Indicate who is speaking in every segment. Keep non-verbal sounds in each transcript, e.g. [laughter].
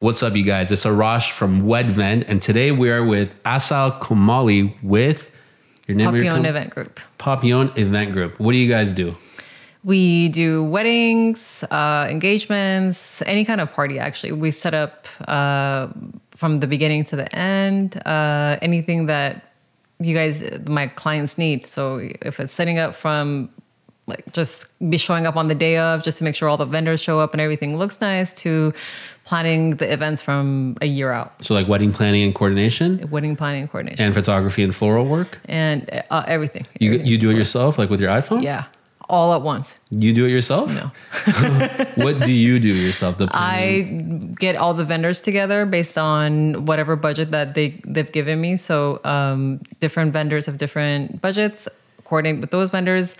Speaker 1: What's up, you guys? It's Arash from Wedvent, and today we are with Asal Komali with your name of your
Speaker 2: Papillon
Speaker 1: com-
Speaker 2: Event Group.
Speaker 1: Papillon Event Group. What do you guys do?
Speaker 2: We do weddings, uh, engagements, any kind of party, actually. We set up uh, from the beginning to the end uh, anything that you guys, my clients need. So if it's setting up from like just be showing up on the day of just to make sure all the vendors show up and everything looks nice to planning the events from a year out,
Speaker 1: So, like wedding planning and coordination,
Speaker 2: wedding planning and coordination,
Speaker 1: and photography and floral work.
Speaker 2: and, uh, everything.
Speaker 1: You you do it yourself, like with your iPhone.
Speaker 2: yeah, all at once.
Speaker 1: You do it yourself.
Speaker 2: No.
Speaker 1: [laughs] what do you do yourself? The planning?
Speaker 2: [laughs] I get all the vendors together based on whatever budget that they they've given me. So um, different vendors have different budgets. Coordinate with those vendors.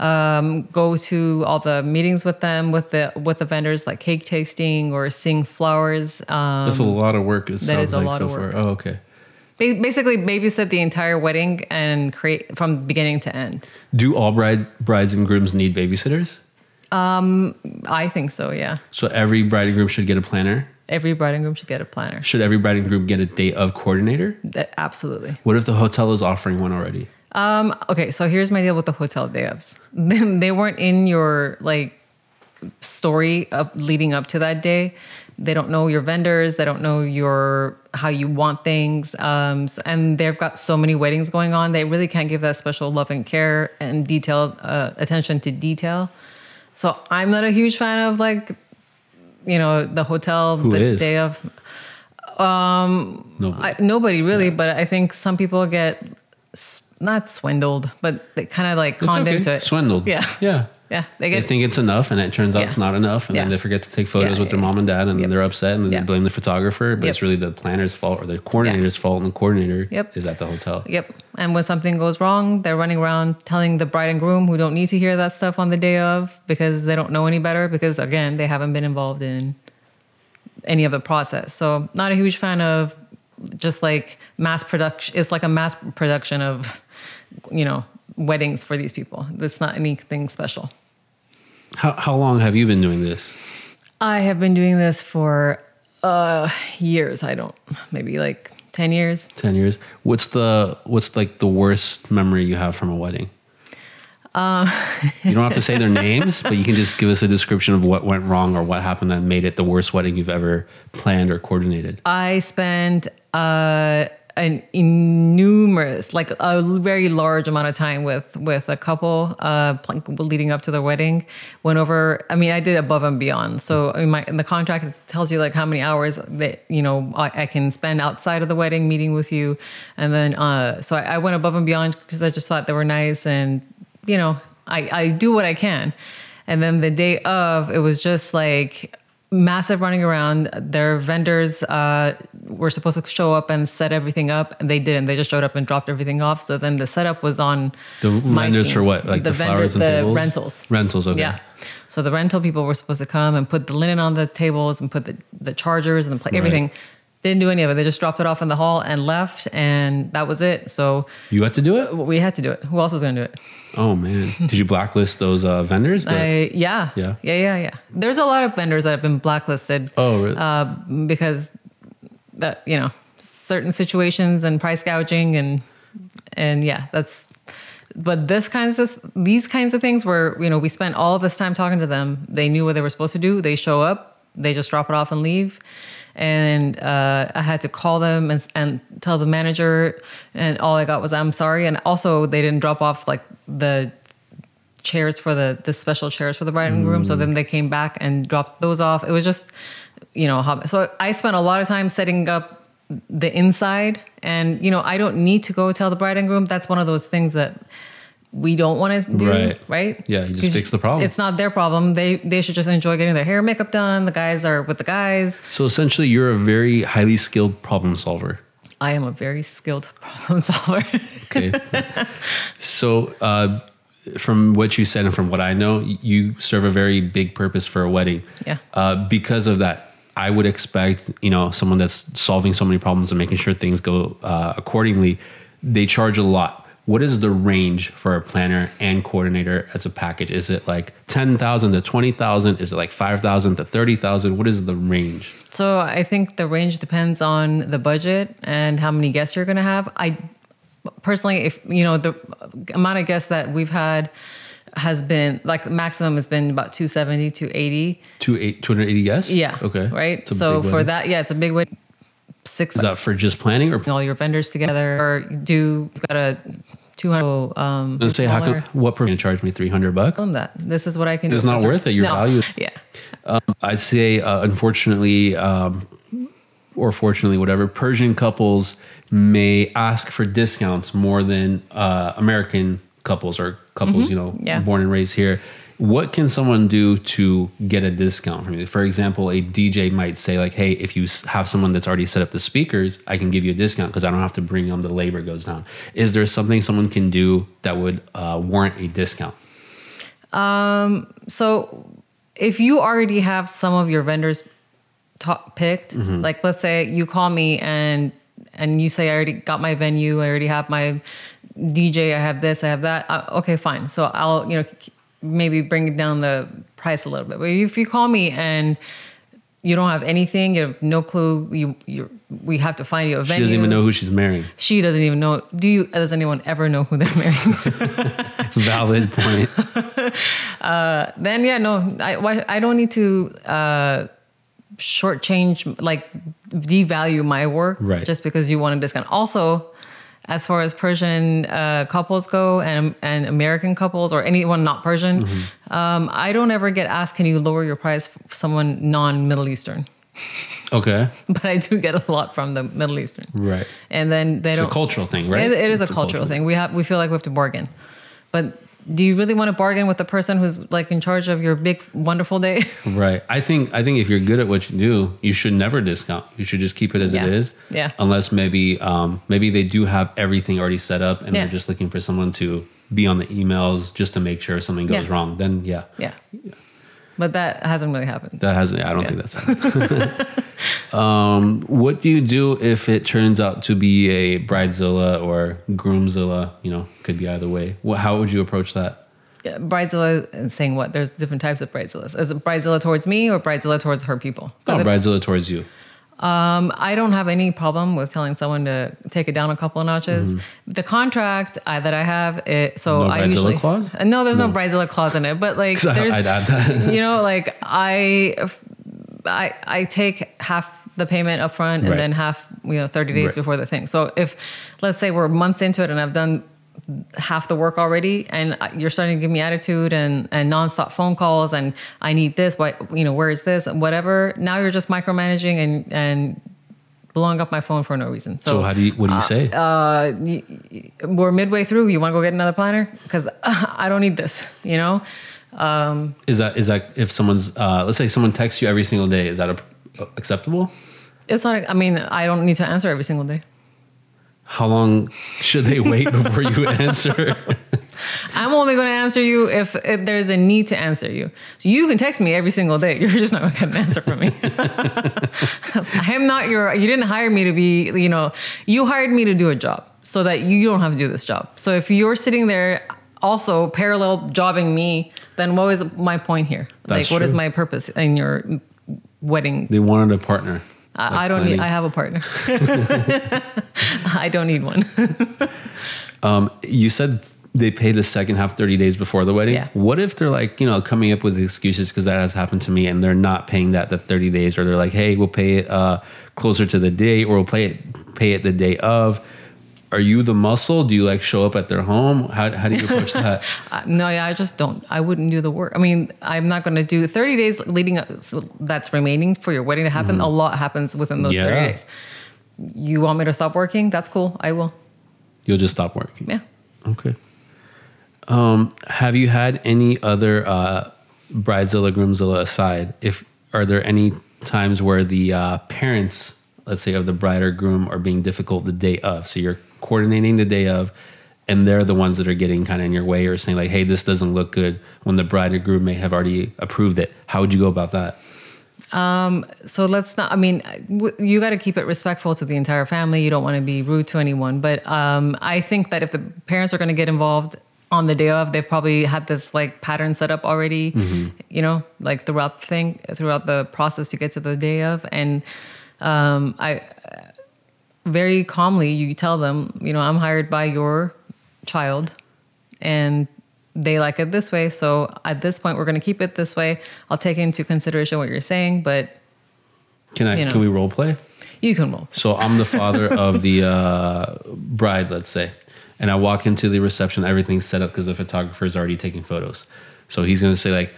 Speaker 2: Um, go to all the meetings with them with the with the vendors like cake tasting or seeing flowers. Um,
Speaker 1: That's a lot of work. It sounds
Speaker 2: is a
Speaker 1: like
Speaker 2: lot
Speaker 1: so
Speaker 2: of work.
Speaker 1: far. Oh, okay.
Speaker 2: they basically babysit the entire wedding and create from beginning to end.
Speaker 1: Do all bride, brides and grooms need babysitters?
Speaker 2: I think so. Yeah,
Speaker 1: So every bride and groom should get a planner.
Speaker 2: every bride and groom should get a planner.
Speaker 1: Should every bride and groom get a date of coordinator?
Speaker 2: That, absolutely.
Speaker 1: What if the hotel is offering one already?
Speaker 2: Um, okay, so here's my deal with the hotel devs. [laughs] they weren't in your like story of leading up to that day. They don't know your vendors. They don't know your how you want things. Um, s- and they've got so many weddings going on. They really can't give that special love and care and detailed uh, attention to detail. So I'm not a huge fan of like, you know, the hotel the
Speaker 1: is?
Speaker 2: day of.
Speaker 1: No.
Speaker 2: I, nobody really, but I think some people get s- not swindled, but they kind of like
Speaker 1: It's
Speaker 2: conned
Speaker 1: okay.
Speaker 2: into it.
Speaker 1: Swindled.
Speaker 2: Yeah.
Speaker 1: Yeah.
Speaker 2: Yeah. They
Speaker 1: They
Speaker 2: get
Speaker 1: think it's enough and it turns out it's
Speaker 2: Yeah.
Speaker 1: not enough. And then
Speaker 2: Yeah.
Speaker 1: they forget to take photos
Speaker 2: Yeah,
Speaker 1: with their
Speaker 2: yeah,
Speaker 1: mom and dad and then
Speaker 2: Yep.
Speaker 1: they're upset and then
Speaker 2: Yep.
Speaker 1: they blame the photographer. But
Speaker 2: Yep.
Speaker 1: it's really the planner's fault or the coordinator's fault and the coordinator
Speaker 2: Yep.
Speaker 1: is at the hotel.
Speaker 2: Yep. And when something goes wrong, they're running around telling the bride and groom who don't need to hear that stuff on the day of because they don't know any better because again, they haven't been involved in any of the process. So, not a huge fan of just like mass production it's like a mass production of you know, weddings for these people. That's not anything special.
Speaker 1: How, how long have you been doing this?
Speaker 2: I have been doing this for uh years. I don't maybe like 10 years.
Speaker 1: 10 years? What's the, what's like the worst memory you have from a wedding?
Speaker 2: Uh,
Speaker 1: you don't have to
Speaker 2: [laughs]
Speaker 1: say their names, but you can just give us a description of what went wrong or what happened that made it the worst wedding you've ever planned or coordinated.
Speaker 2: I spent uh, an innumerous, like a very large amount of time with with a couple, uh, pl- leading up to the wedding. Went over. I mean, I did above and beyond. So in my in the contract, it tells you like how many hours that you know I, I can spend outside of the wedding, meeting with you, and then uh, so I, I went above and beyond because I just thought they were nice, and you know, I I do what I can. And then the day of, it was just like massive running around. Their vendors uh, were supposed to show up and set everything up, and they didn't. They just showed up and dropped everything off. So then the setup was on
Speaker 1: The
Speaker 2: my
Speaker 1: vendors
Speaker 2: team.
Speaker 1: for what? Like the, flowers
Speaker 2: vendor-
Speaker 1: and
Speaker 2: the
Speaker 1: tables?
Speaker 2: rentals.
Speaker 1: Rentals, okay.
Speaker 2: Yeah. So the rental people were supposed to come and put the linen on the tables and put the, the chargers and the pla- everything. Didn't do any of it. They just dropped it off in the hall and left, and that was it. So
Speaker 1: You had to do it?
Speaker 2: we had to do it. Who else was going to do it?
Speaker 1: Oh man. Did you blacklist those uh, vendors? The-
Speaker 2: I, yeah.
Speaker 1: Yeah.
Speaker 2: Yeah. Yeah. Yeah. There's a lot of vendors that have been blacklisted.
Speaker 1: oh, really?
Speaker 2: uh, because that you know certain situations and price gouging and and yeah that's but this kinds of these kinds of things where you know we spent all this time talking to them they knew what they were supposed to do they show up they just drop it off and leave and uh, i had to call them and, and tell the manager and all i got was i'm sorry and also they didn't drop off like the chairs for the the special chairs for the bride and groom.
Speaker 1: Mm.
Speaker 2: So then they came back and dropped those off. It was just, you know, hob- so I spent a lot of time setting up the inside, and you know, I don't need to go tell the bride and groom. That's one of those things that we don't want to do,
Speaker 1: Right.
Speaker 2: right?
Speaker 1: Yeah, you just
Speaker 2: 'Cause
Speaker 1: fix the problem.
Speaker 2: It's not their problem. They they should just enjoy getting their hair and makeup done. The guys are with the guys.
Speaker 1: so essentially, you're a very highly skilled problem solver.
Speaker 2: I am a very skilled [laughs] problem solver.
Speaker 1: Okay. so, uh, from what you said and from what I know, you serve a very big purpose for a wedding.
Speaker 2: Yeah.
Speaker 1: Uh, because of that, I would expect you know someone that's solving so many problems and making sure things go uh, accordingly. They charge a lot. What is the range for a planner and coordinator as a package? Is it like 10,000 to 20,000? Is it like 5,000 to 30,000? What is the range?
Speaker 2: So I think the range depends on the budget and how many guests you're going to have. I personally, if you know the amount of guests that we've had has been like maximum has been about 270 280
Speaker 1: Two eight, 280 guests?
Speaker 2: yeah
Speaker 1: Okay.
Speaker 2: right
Speaker 1: It's a
Speaker 2: so
Speaker 1: big
Speaker 2: for
Speaker 1: wedding.
Speaker 2: that yeah it's a big win six
Speaker 1: Is that for just planning or
Speaker 2: putting all your vendors together or do you've got a 200 um
Speaker 1: and say, how come,
Speaker 2: smaller-
Speaker 1: what person charge me 300 bucks?
Speaker 2: tell them that this is what i can do
Speaker 1: It's not
Speaker 2: for-
Speaker 1: worth it. Your
Speaker 2: No.
Speaker 1: value-
Speaker 2: yeah
Speaker 1: I'd say, uh, unfortunately, um, or fortunately, whatever, Persian couples may ask for discounts more than uh, American couples or couples, you know,
Speaker 2: Mm-hmm. Yeah.
Speaker 1: born and raised here. What can someone do to get a discount from you? For example, a DJ might say, like, hey, if you s- have someone that's already set up the speakers, I can give you a discount because I don't have to bring them, the labor goes down. Is there something someone can do that would uh, warrant a discount?
Speaker 2: so if you already have some of your vendors top picked
Speaker 1: Mm-hmm.
Speaker 2: like let's say you call me and and you say i already got my venue i already have my dj i have this i have that uh, okay fine so i'll you know k- maybe bring down the price a little bit but if you call me and you don't have anything you have no clue you you we have to find you a
Speaker 1: She
Speaker 2: venue
Speaker 1: doesn't even know who she's marrying.
Speaker 2: she doesn't even know do you does anyone ever know who [laughs] they're marrying [laughs]
Speaker 1: Valid point.
Speaker 2: then yeah, no, I why, I don't need to uh, shortchange like devalue my work
Speaker 1: Right.
Speaker 2: just because you want a discount. Also, as far as Persian uh, couples go and and American couples or anyone not Persian, um, I don't ever get asked, "Can you lower your price for someone non Middle Eastern?" [laughs]
Speaker 1: Okay.
Speaker 2: But I do get a lot from the Middle Eastern,
Speaker 1: Right.
Speaker 2: and then they
Speaker 1: It's
Speaker 2: don't
Speaker 1: a cultural thing, right?
Speaker 2: it- it is a cultural thing. We have we feel like we have to bargain, but do you really want to bargain with the person who's like in charge of your big wonderful day? [laughs]
Speaker 1: Right. I think I think if you're good at what you do, you should never discount. You should just keep it as
Speaker 2: Yeah.
Speaker 1: it is.
Speaker 2: Yeah.
Speaker 1: Unless maybe um, maybe they do have everything already set up and
Speaker 2: Yeah.
Speaker 1: they're just looking for someone to be on the emails just to make sure if something goes
Speaker 2: Yeah.
Speaker 1: wrong. Then yeah.
Speaker 2: yeah. But that hasn't really happened.
Speaker 1: That has I don't think that's happened. [laughs] um, what do you do if it turns out to be a bridezilla or groomzilla, you know, could be either way. What, how would you approach that?
Speaker 2: Yeah, Bridezilla and saying what? There's different types of bridezillas. Is it bridezilla towards me or bridezilla towards her people?
Speaker 1: No,
Speaker 2: 'Cause if-
Speaker 1: Oh, bridezilla towards you.
Speaker 2: um, I don't have any problem with telling someone to take it down a couple of notches. The contract I, that I have, it, so
Speaker 1: Mm-hmm. No
Speaker 2: I
Speaker 1: bridezilla
Speaker 2: usually
Speaker 1: clause?
Speaker 2: No, there's no, bridezilla clause in it.
Speaker 1: [laughs]
Speaker 2: But like,
Speaker 1: I,
Speaker 2: there's,
Speaker 1: I'd add that. [laughs]
Speaker 2: [laughs] you know, like I, I, I take half the payment up front and
Speaker 1: Right.
Speaker 2: then half, you know, 30 days
Speaker 1: Right.
Speaker 2: before the thing. So if let's say we're months into it and I've done half the work already and you're starting to give me attitude and, and nonstop phone calls and I need this, what, you know, where is this and whatever. Now you're just micromanaging and, and blowing up my phone for no reason. So,
Speaker 1: So how do you what do you say?
Speaker 2: Uh, we're midway through. You want to go get another planner? Cause [laughs] I don't need this, you know?
Speaker 1: Is that is that if someone's uh, let's say someone texts you every single day, is that a, acceptable?
Speaker 2: It's not, I mean, I don't need to answer every single day.
Speaker 1: How long should they wait before you [laughs] answer?
Speaker 2: I'm only going to answer you if, if there's a need to answer you. So you can text me every single day. [laughs] You're just not going to get an answer from me. [laughs] I am not your. You didn't hire me to be. You know, you hired me to do a job so that you don't have to do this job. So if you're sitting there also parallel jobbing me, then what is my point here?
Speaker 1: That's
Speaker 2: like, what is
Speaker 1: true.
Speaker 2: my purpose in your wedding?
Speaker 1: they wanted a partner. Like
Speaker 2: I, I don't need.
Speaker 1: planning.
Speaker 2: I have a partner. [laughs] I don't need one.
Speaker 1: you said they pay the second half 30 days before the wedding.
Speaker 2: Yeah.
Speaker 1: What if they're like, you know, coming up with excuses because that has happened to me and they're not paying that the 30 days or they're like, hey, we'll pay it uh, closer to the day or we'll pay it, pay it the day of. Are you the muscle? Do you like show up at their home? How, how do you approach
Speaker 2: [laughs]
Speaker 1: that?
Speaker 2: Uh, no, yeah, I just don't. I wouldn't do the work. I mean, I'm not going to do 30 days leading up. So that's remaining for your wedding to happen. A lot happens within those
Speaker 1: Yeah.
Speaker 2: 30 days. You want me to stop working? That's cool. I will.
Speaker 1: You'll just stop working.
Speaker 2: Yeah.
Speaker 1: Okay. Um, have you had any other uh, bridezilla groomzilla aside? If are there any times where the uh, parents, let's say, of the bride or groom, are being difficult the day of? So you're coordinating the day of, and they're the ones that are getting kind of in your way or saying like, "Hey, this doesn't look good." When the bride or groom may have already approved it, how would you go about that?
Speaker 2: Um, so let's not. I mean, w- you got to keep it respectful to the entire family. You don't want to be rude to anyone. But um, I think that if the parents are going to get involved on the day of, they've probably had this like pattern set up already. You know, like throughout the thing, throughout the process to get to the day of, and um, I very calmly you tell them, you know, I'm hired by your child, and they like it this way. So at this point, we're going to keep it this way. I'll take into consideration what you're saying, but
Speaker 1: Can I?
Speaker 2: You know.
Speaker 1: Can we role play?
Speaker 2: you can roll.
Speaker 1: So I'm the father of the uh, bride, let's say, and I walk into the reception. Everything's set up because the photographer is already taking photos. So he's gonna say like,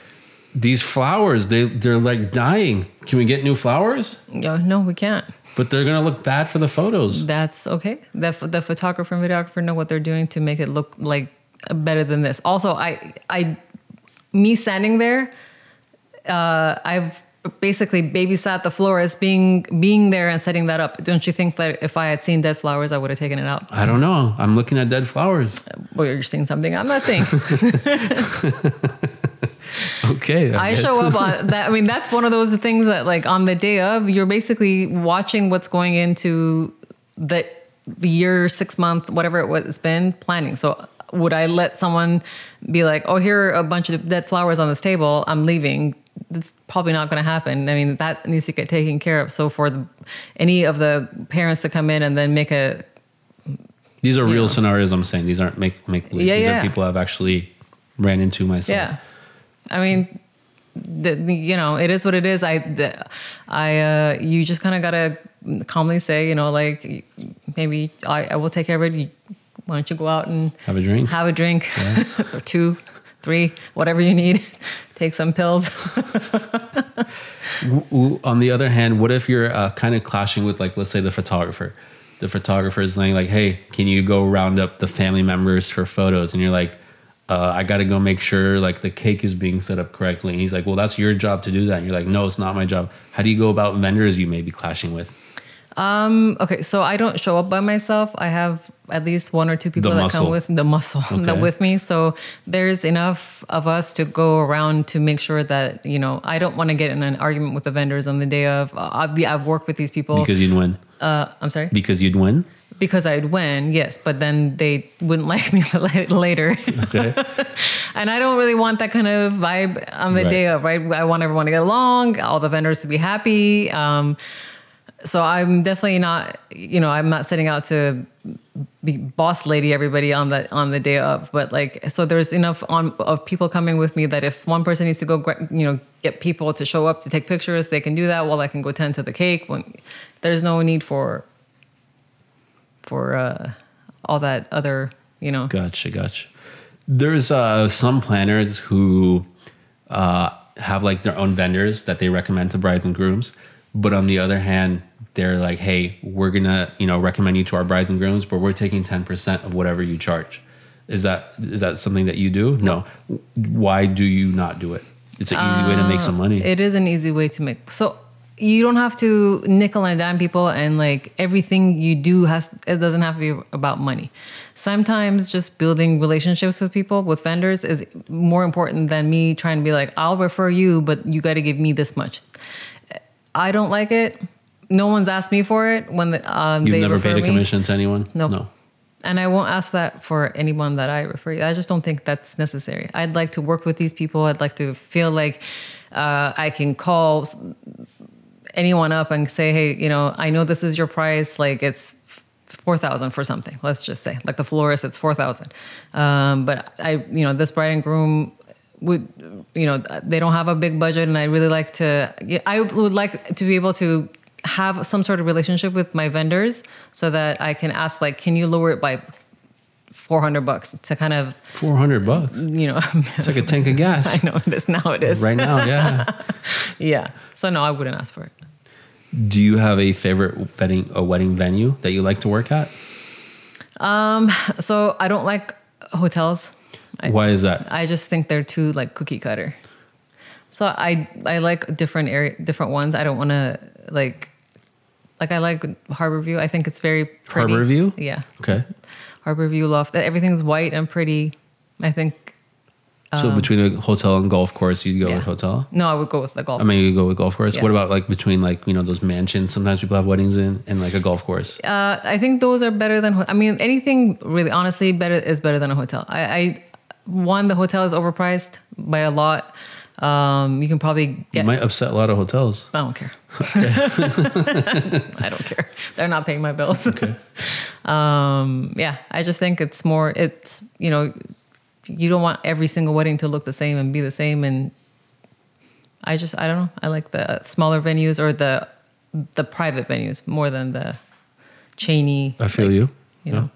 Speaker 1: "These flowers, they they're like dying. Can we get new flowers?"
Speaker 2: No, no, we can't.
Speaker 1: But they're gonna look bad for the photos.
Speaker 2: That's okay. The, ph- the photographer and videographer know what they're doing to make it look like better than this. Also, I, I, me standing there, uh, I've basically babysat the florist being being there and setting that up. Don't you think that if I had seen dead flowers, I would have taken it out?
Speaker 1: I don't know. I'm looking at dead flowers. [laughs]
Speaker 2: Well, you're seeing something I'm not seeing.
Speaker 1: Okay.
Speaker 2: I
Speaker 1: guess.
Speaker 2: show up on that. I mean, that's one of those things that, like, on the day of, you're basically watching what's going into the the year, six month, whatever it was, it's been planning. So, would I let someone be like, "Oh, here are a bunch of dead flowers on this table. I'm leaving." That's probably not going to happen. I mean, that needs to get taken care of. So, for the, any of the parents to come in and then make a
Speaker 1: These are real
Speaker 2: know.
Speaker 1: scenarios. I'm saying these aren't make make believe.
Speaker 2: Yeah,
Speaker 1: These
Speaker 2: yeah.
Speaker 1: are people I've actually ran into myself.
Speaker 2: Yeah, I mean, the, the- you know, it is what it is. I, the, I, uh, you just kind of gotta calmly say, you know, like maybe I, I will take care of it. You, why don't you go out and
Speaker 1: Have a drink.
Speaker 2: have a drink [laughs] or two, three, whatever you need. [laughs] take some pills.
Speaker 1: W- w- on the other hand, what if you're uh, kind of clashing with, like, let's say the photographer? The photographer is saying, like, hey, can you go round up the family members for photos? And you're like, uh, I got to go make sure, like, the cake is being set up correctly. And he's like, well, that's your job to do that. And you're like, no, it's not my job. How do you go about vendors you may be clashing with?
Speaker 2: okay, so I don't show up by myself. I have at least one or two people
Speaker 1: The
Speaker 2: that
Speaker 1: muscle.
Speaker 2: come with the muscle [laughs] that
Speaker 1: Okay.
Speaker 2: with me. So there's enough of us to go around to make sure that you know I don't want to get in an argument with the vendors on the day of. Uh, I've, I've worked with these people.
Speaker 1: Because you'd win.
Speaker 2: uh, I'm sorry,
Speaker 1: Because you'd win.
Speaker 2: because I'd win, yes, but then they wouldn't [laughs] like me later.
Speaker 1: Okay.
Speaker 2: And I don't really want that kind of vibe on the
Speaker 1: Right.
Speaker 2: day of, right? I want everyone to get along, all the vendors to be happy. Um, so I'm definitely not, you know, I'm not setting out to be boss lady everybody on the on the day of, but like, so there's enough on of people coming with me that if one person needs to go, gra- you know, get people to show up to take pictures, they can do that while I can go tend to the cake. When there's no need for for uh, all that other, you know,
Speaker 1: Gotcha, gotcha. There's uh, some planners who uh, have like their own vendors that they recommend to brides and grooms, but on the other hand, they're like, "Hey, we're gonna you know recommend you to our brides and grooms, but we're taking ten percent of whatever you charge." Is that is that something that you do? No. Why do you not do it? It's an easy way to make
Speaker 2: Uh,
Speaker 1: some money.
Speaker 2: It is an easy way to make. So you don't have to nickel and dime people, and like everything you do has it doesn't have to be about money. Sometimes just building relationships with people with vendors is more important than me trying to be like, I'll refer you, but you got to give me this much. I don't like it. No one's asked me for it when the, um,
Speaker 1: You've
Speaker 2: they
Speaker 1: never
Speaker 2: refer
Speaker 1: paid a
Speaker 2: me.
Speaker 1: commission to anyone.
Speaker 2: Nope.
Speaker 1: No.
Speaker 2: And I won't ask that for anyone that I refer. I just don't think that's necessary. I'd like to work with these people. I'd like to feel like uh, I can call s- anyone up and say, "Hey, you know, I know this is your price. Like it's four thousand for something. Let's just say, like the florist, it's four thousand. Um, but I, you know, this bride and groom would, you know, they don't have a big budget, and I really like to. yeah, I would like to be able to have some sort of relationship with my vendors so that I can ask, like, can you lower it by four hundred bucks to kind of,
Speaker 1: Four hundred bucks.
Speaker 2: you know. [laughs]
Speaker 1: It's like a tank of gas
Speaker 2: I know it is now. It is
Speaker 1: right now. Yeah.
Speaker 2: yeah. So no, I wouldn't ask for it.
Speaker 1: Do you have a favorite wedding a wedding venue that you like to work at?
Speaker 2: So I don't like hotels. I,
Speaker 1: Why is that?
Speaker 2: I just think they're too like cookie cutter. So I I like different area different ones. I don't want to like like I like Harbor View. I think it's very pretty.
Speaker 1: Harbor View?
Speaker 2: yeah.
Speaker 1: Okay.
Speaker 2: Harbor View Loft. Everything's white and pretty. I think
Speaker 1: So between a hotel and golf course, you'd go
Speaker 2: Um, yeah.
Speaker 1: with hotel.
Speaker 2: No, I would go with the golf.
Speaker 1: I mean, you go with golf course.
Speaker 2: Yeah.
Speaker 1: What about like between like you know those mansions? Sometimes people have weddings in, and like a golf course.
Speaker 2: uh, I think those are better than. ho- I mean, anything really, honestly, better is better than a hotel. I, I one, the hotel is overpriced by a lot. Um, you can probably
Speaker 1: You
Speaker 2: get.
Speaker 1: might upset a lot of hotels.
Speaker 2: I don't care. [laughs] I don't care. They're not paying my bills. um, yeah, I just think it's more. It's you know, you don't want every single wedding to look the same and be the same. And I just I don't know. I like the smaller venues or the the private venues more than the Cheney.
Speaker 1: I feel you.
Speaker 2: You know.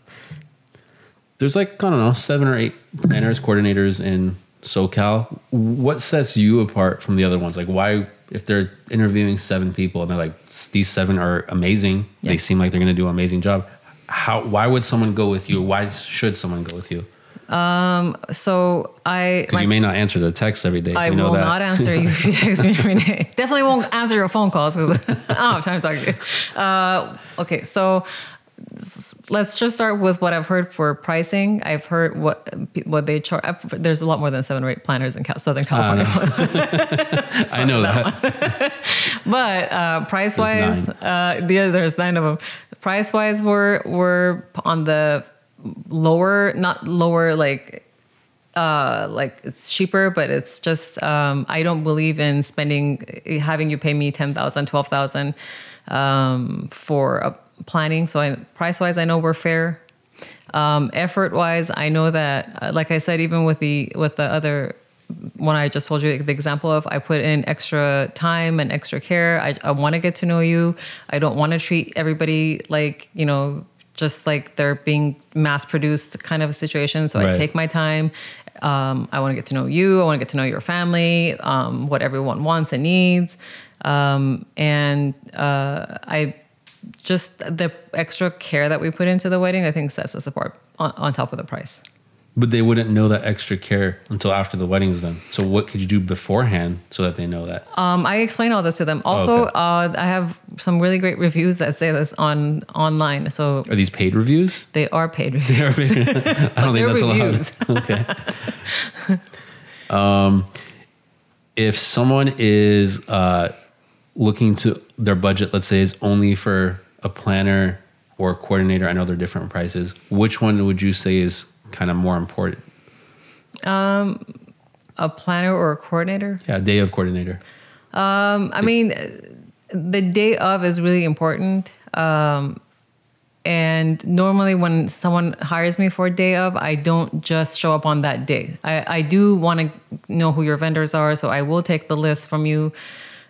Speaker 1: There's like I don't know seven or eight planners, coordinators in SoCal. What sets you apart from the other ones? Like why, if they're interviewing seven people and they're like these seven are amazing,
Speaker 2: Yeah.
Speaker 1: they seem like they're going to do an amazing job. How? Why would someone go with you? Why should someone go with you?
Speaker 2: So I
Speaker 1: Because you may not answer the text every day.
Speaker 2: I
Speaker 1: we know
Speaker 2: will
Speaker 1: that. [laughs]
Speaker 2: not answer you if you text me every day. Definitely won't answer your phone calls because [laughs] I don't have time to talk to you. Uh, okay, so s- let's just start with what I've heard for pricing. I've heard what pe- what they charge. There's a lot more than seven or eight planners in Cal- Southern California,
Speaker 1: I know that.
Speaker 2: but uh, price wise, uh, the other there's nine of them. Price wise, we're we're on the lower, not lower like uh, like it's cheaper, but it's just um, I don't believe in spending having you pay me ten thousand, twelve thousand um, for uh, planning. So I, price wise, I know we're fair. Um, effort wise, I know that, uh, like I said, even with the with the other one I just told you the example of, I put in extra time and extra care. I, I want to get to know you. I don't want to treat everybody like you know just like they're being mass produced kind of a situation. So I
Speaker 1: Right.
Speaker 2: take my time. Um, I want to get to know you. I want to get to know your family, um, what everyone wants and needs. Um, and uh, I just the extra care that we put into the wedding, I think sets us apart on, on top of the price.
Speaker 1: But they wouldn't know that extra care until after the wedding's done. So what could you do beforehand so that they know that?
Speaker 2: Um, I explain all this to them. Also,
Speaker 1: okay.
Speaker 2: uh, I have some really great reviews that say this on online. So
Speaker 1: Are these paid reviews?
Speaker 2: they are paid reviews.
Speaker 1: I don't think
Speaker 2: They're
Speaker 1: that's
Speaker 2: reviews.
Speaker 1: allowed. [laughs] okay. Um, if someone is uh, looking to their budget, let's say is only for a planner or a coordinator, I know they're different prices. Which one would you say is kind of more important?
Speaker 2: A planner or a coordinator?
Speaker 1: Yeah, day of coordinator.
Speaker 2: I mean, uh, the day of is really important. Um, and normally, when someone hires me for a day of, I don't just show up on that day. I, I do want to know who your vendors are, so I will take the list from you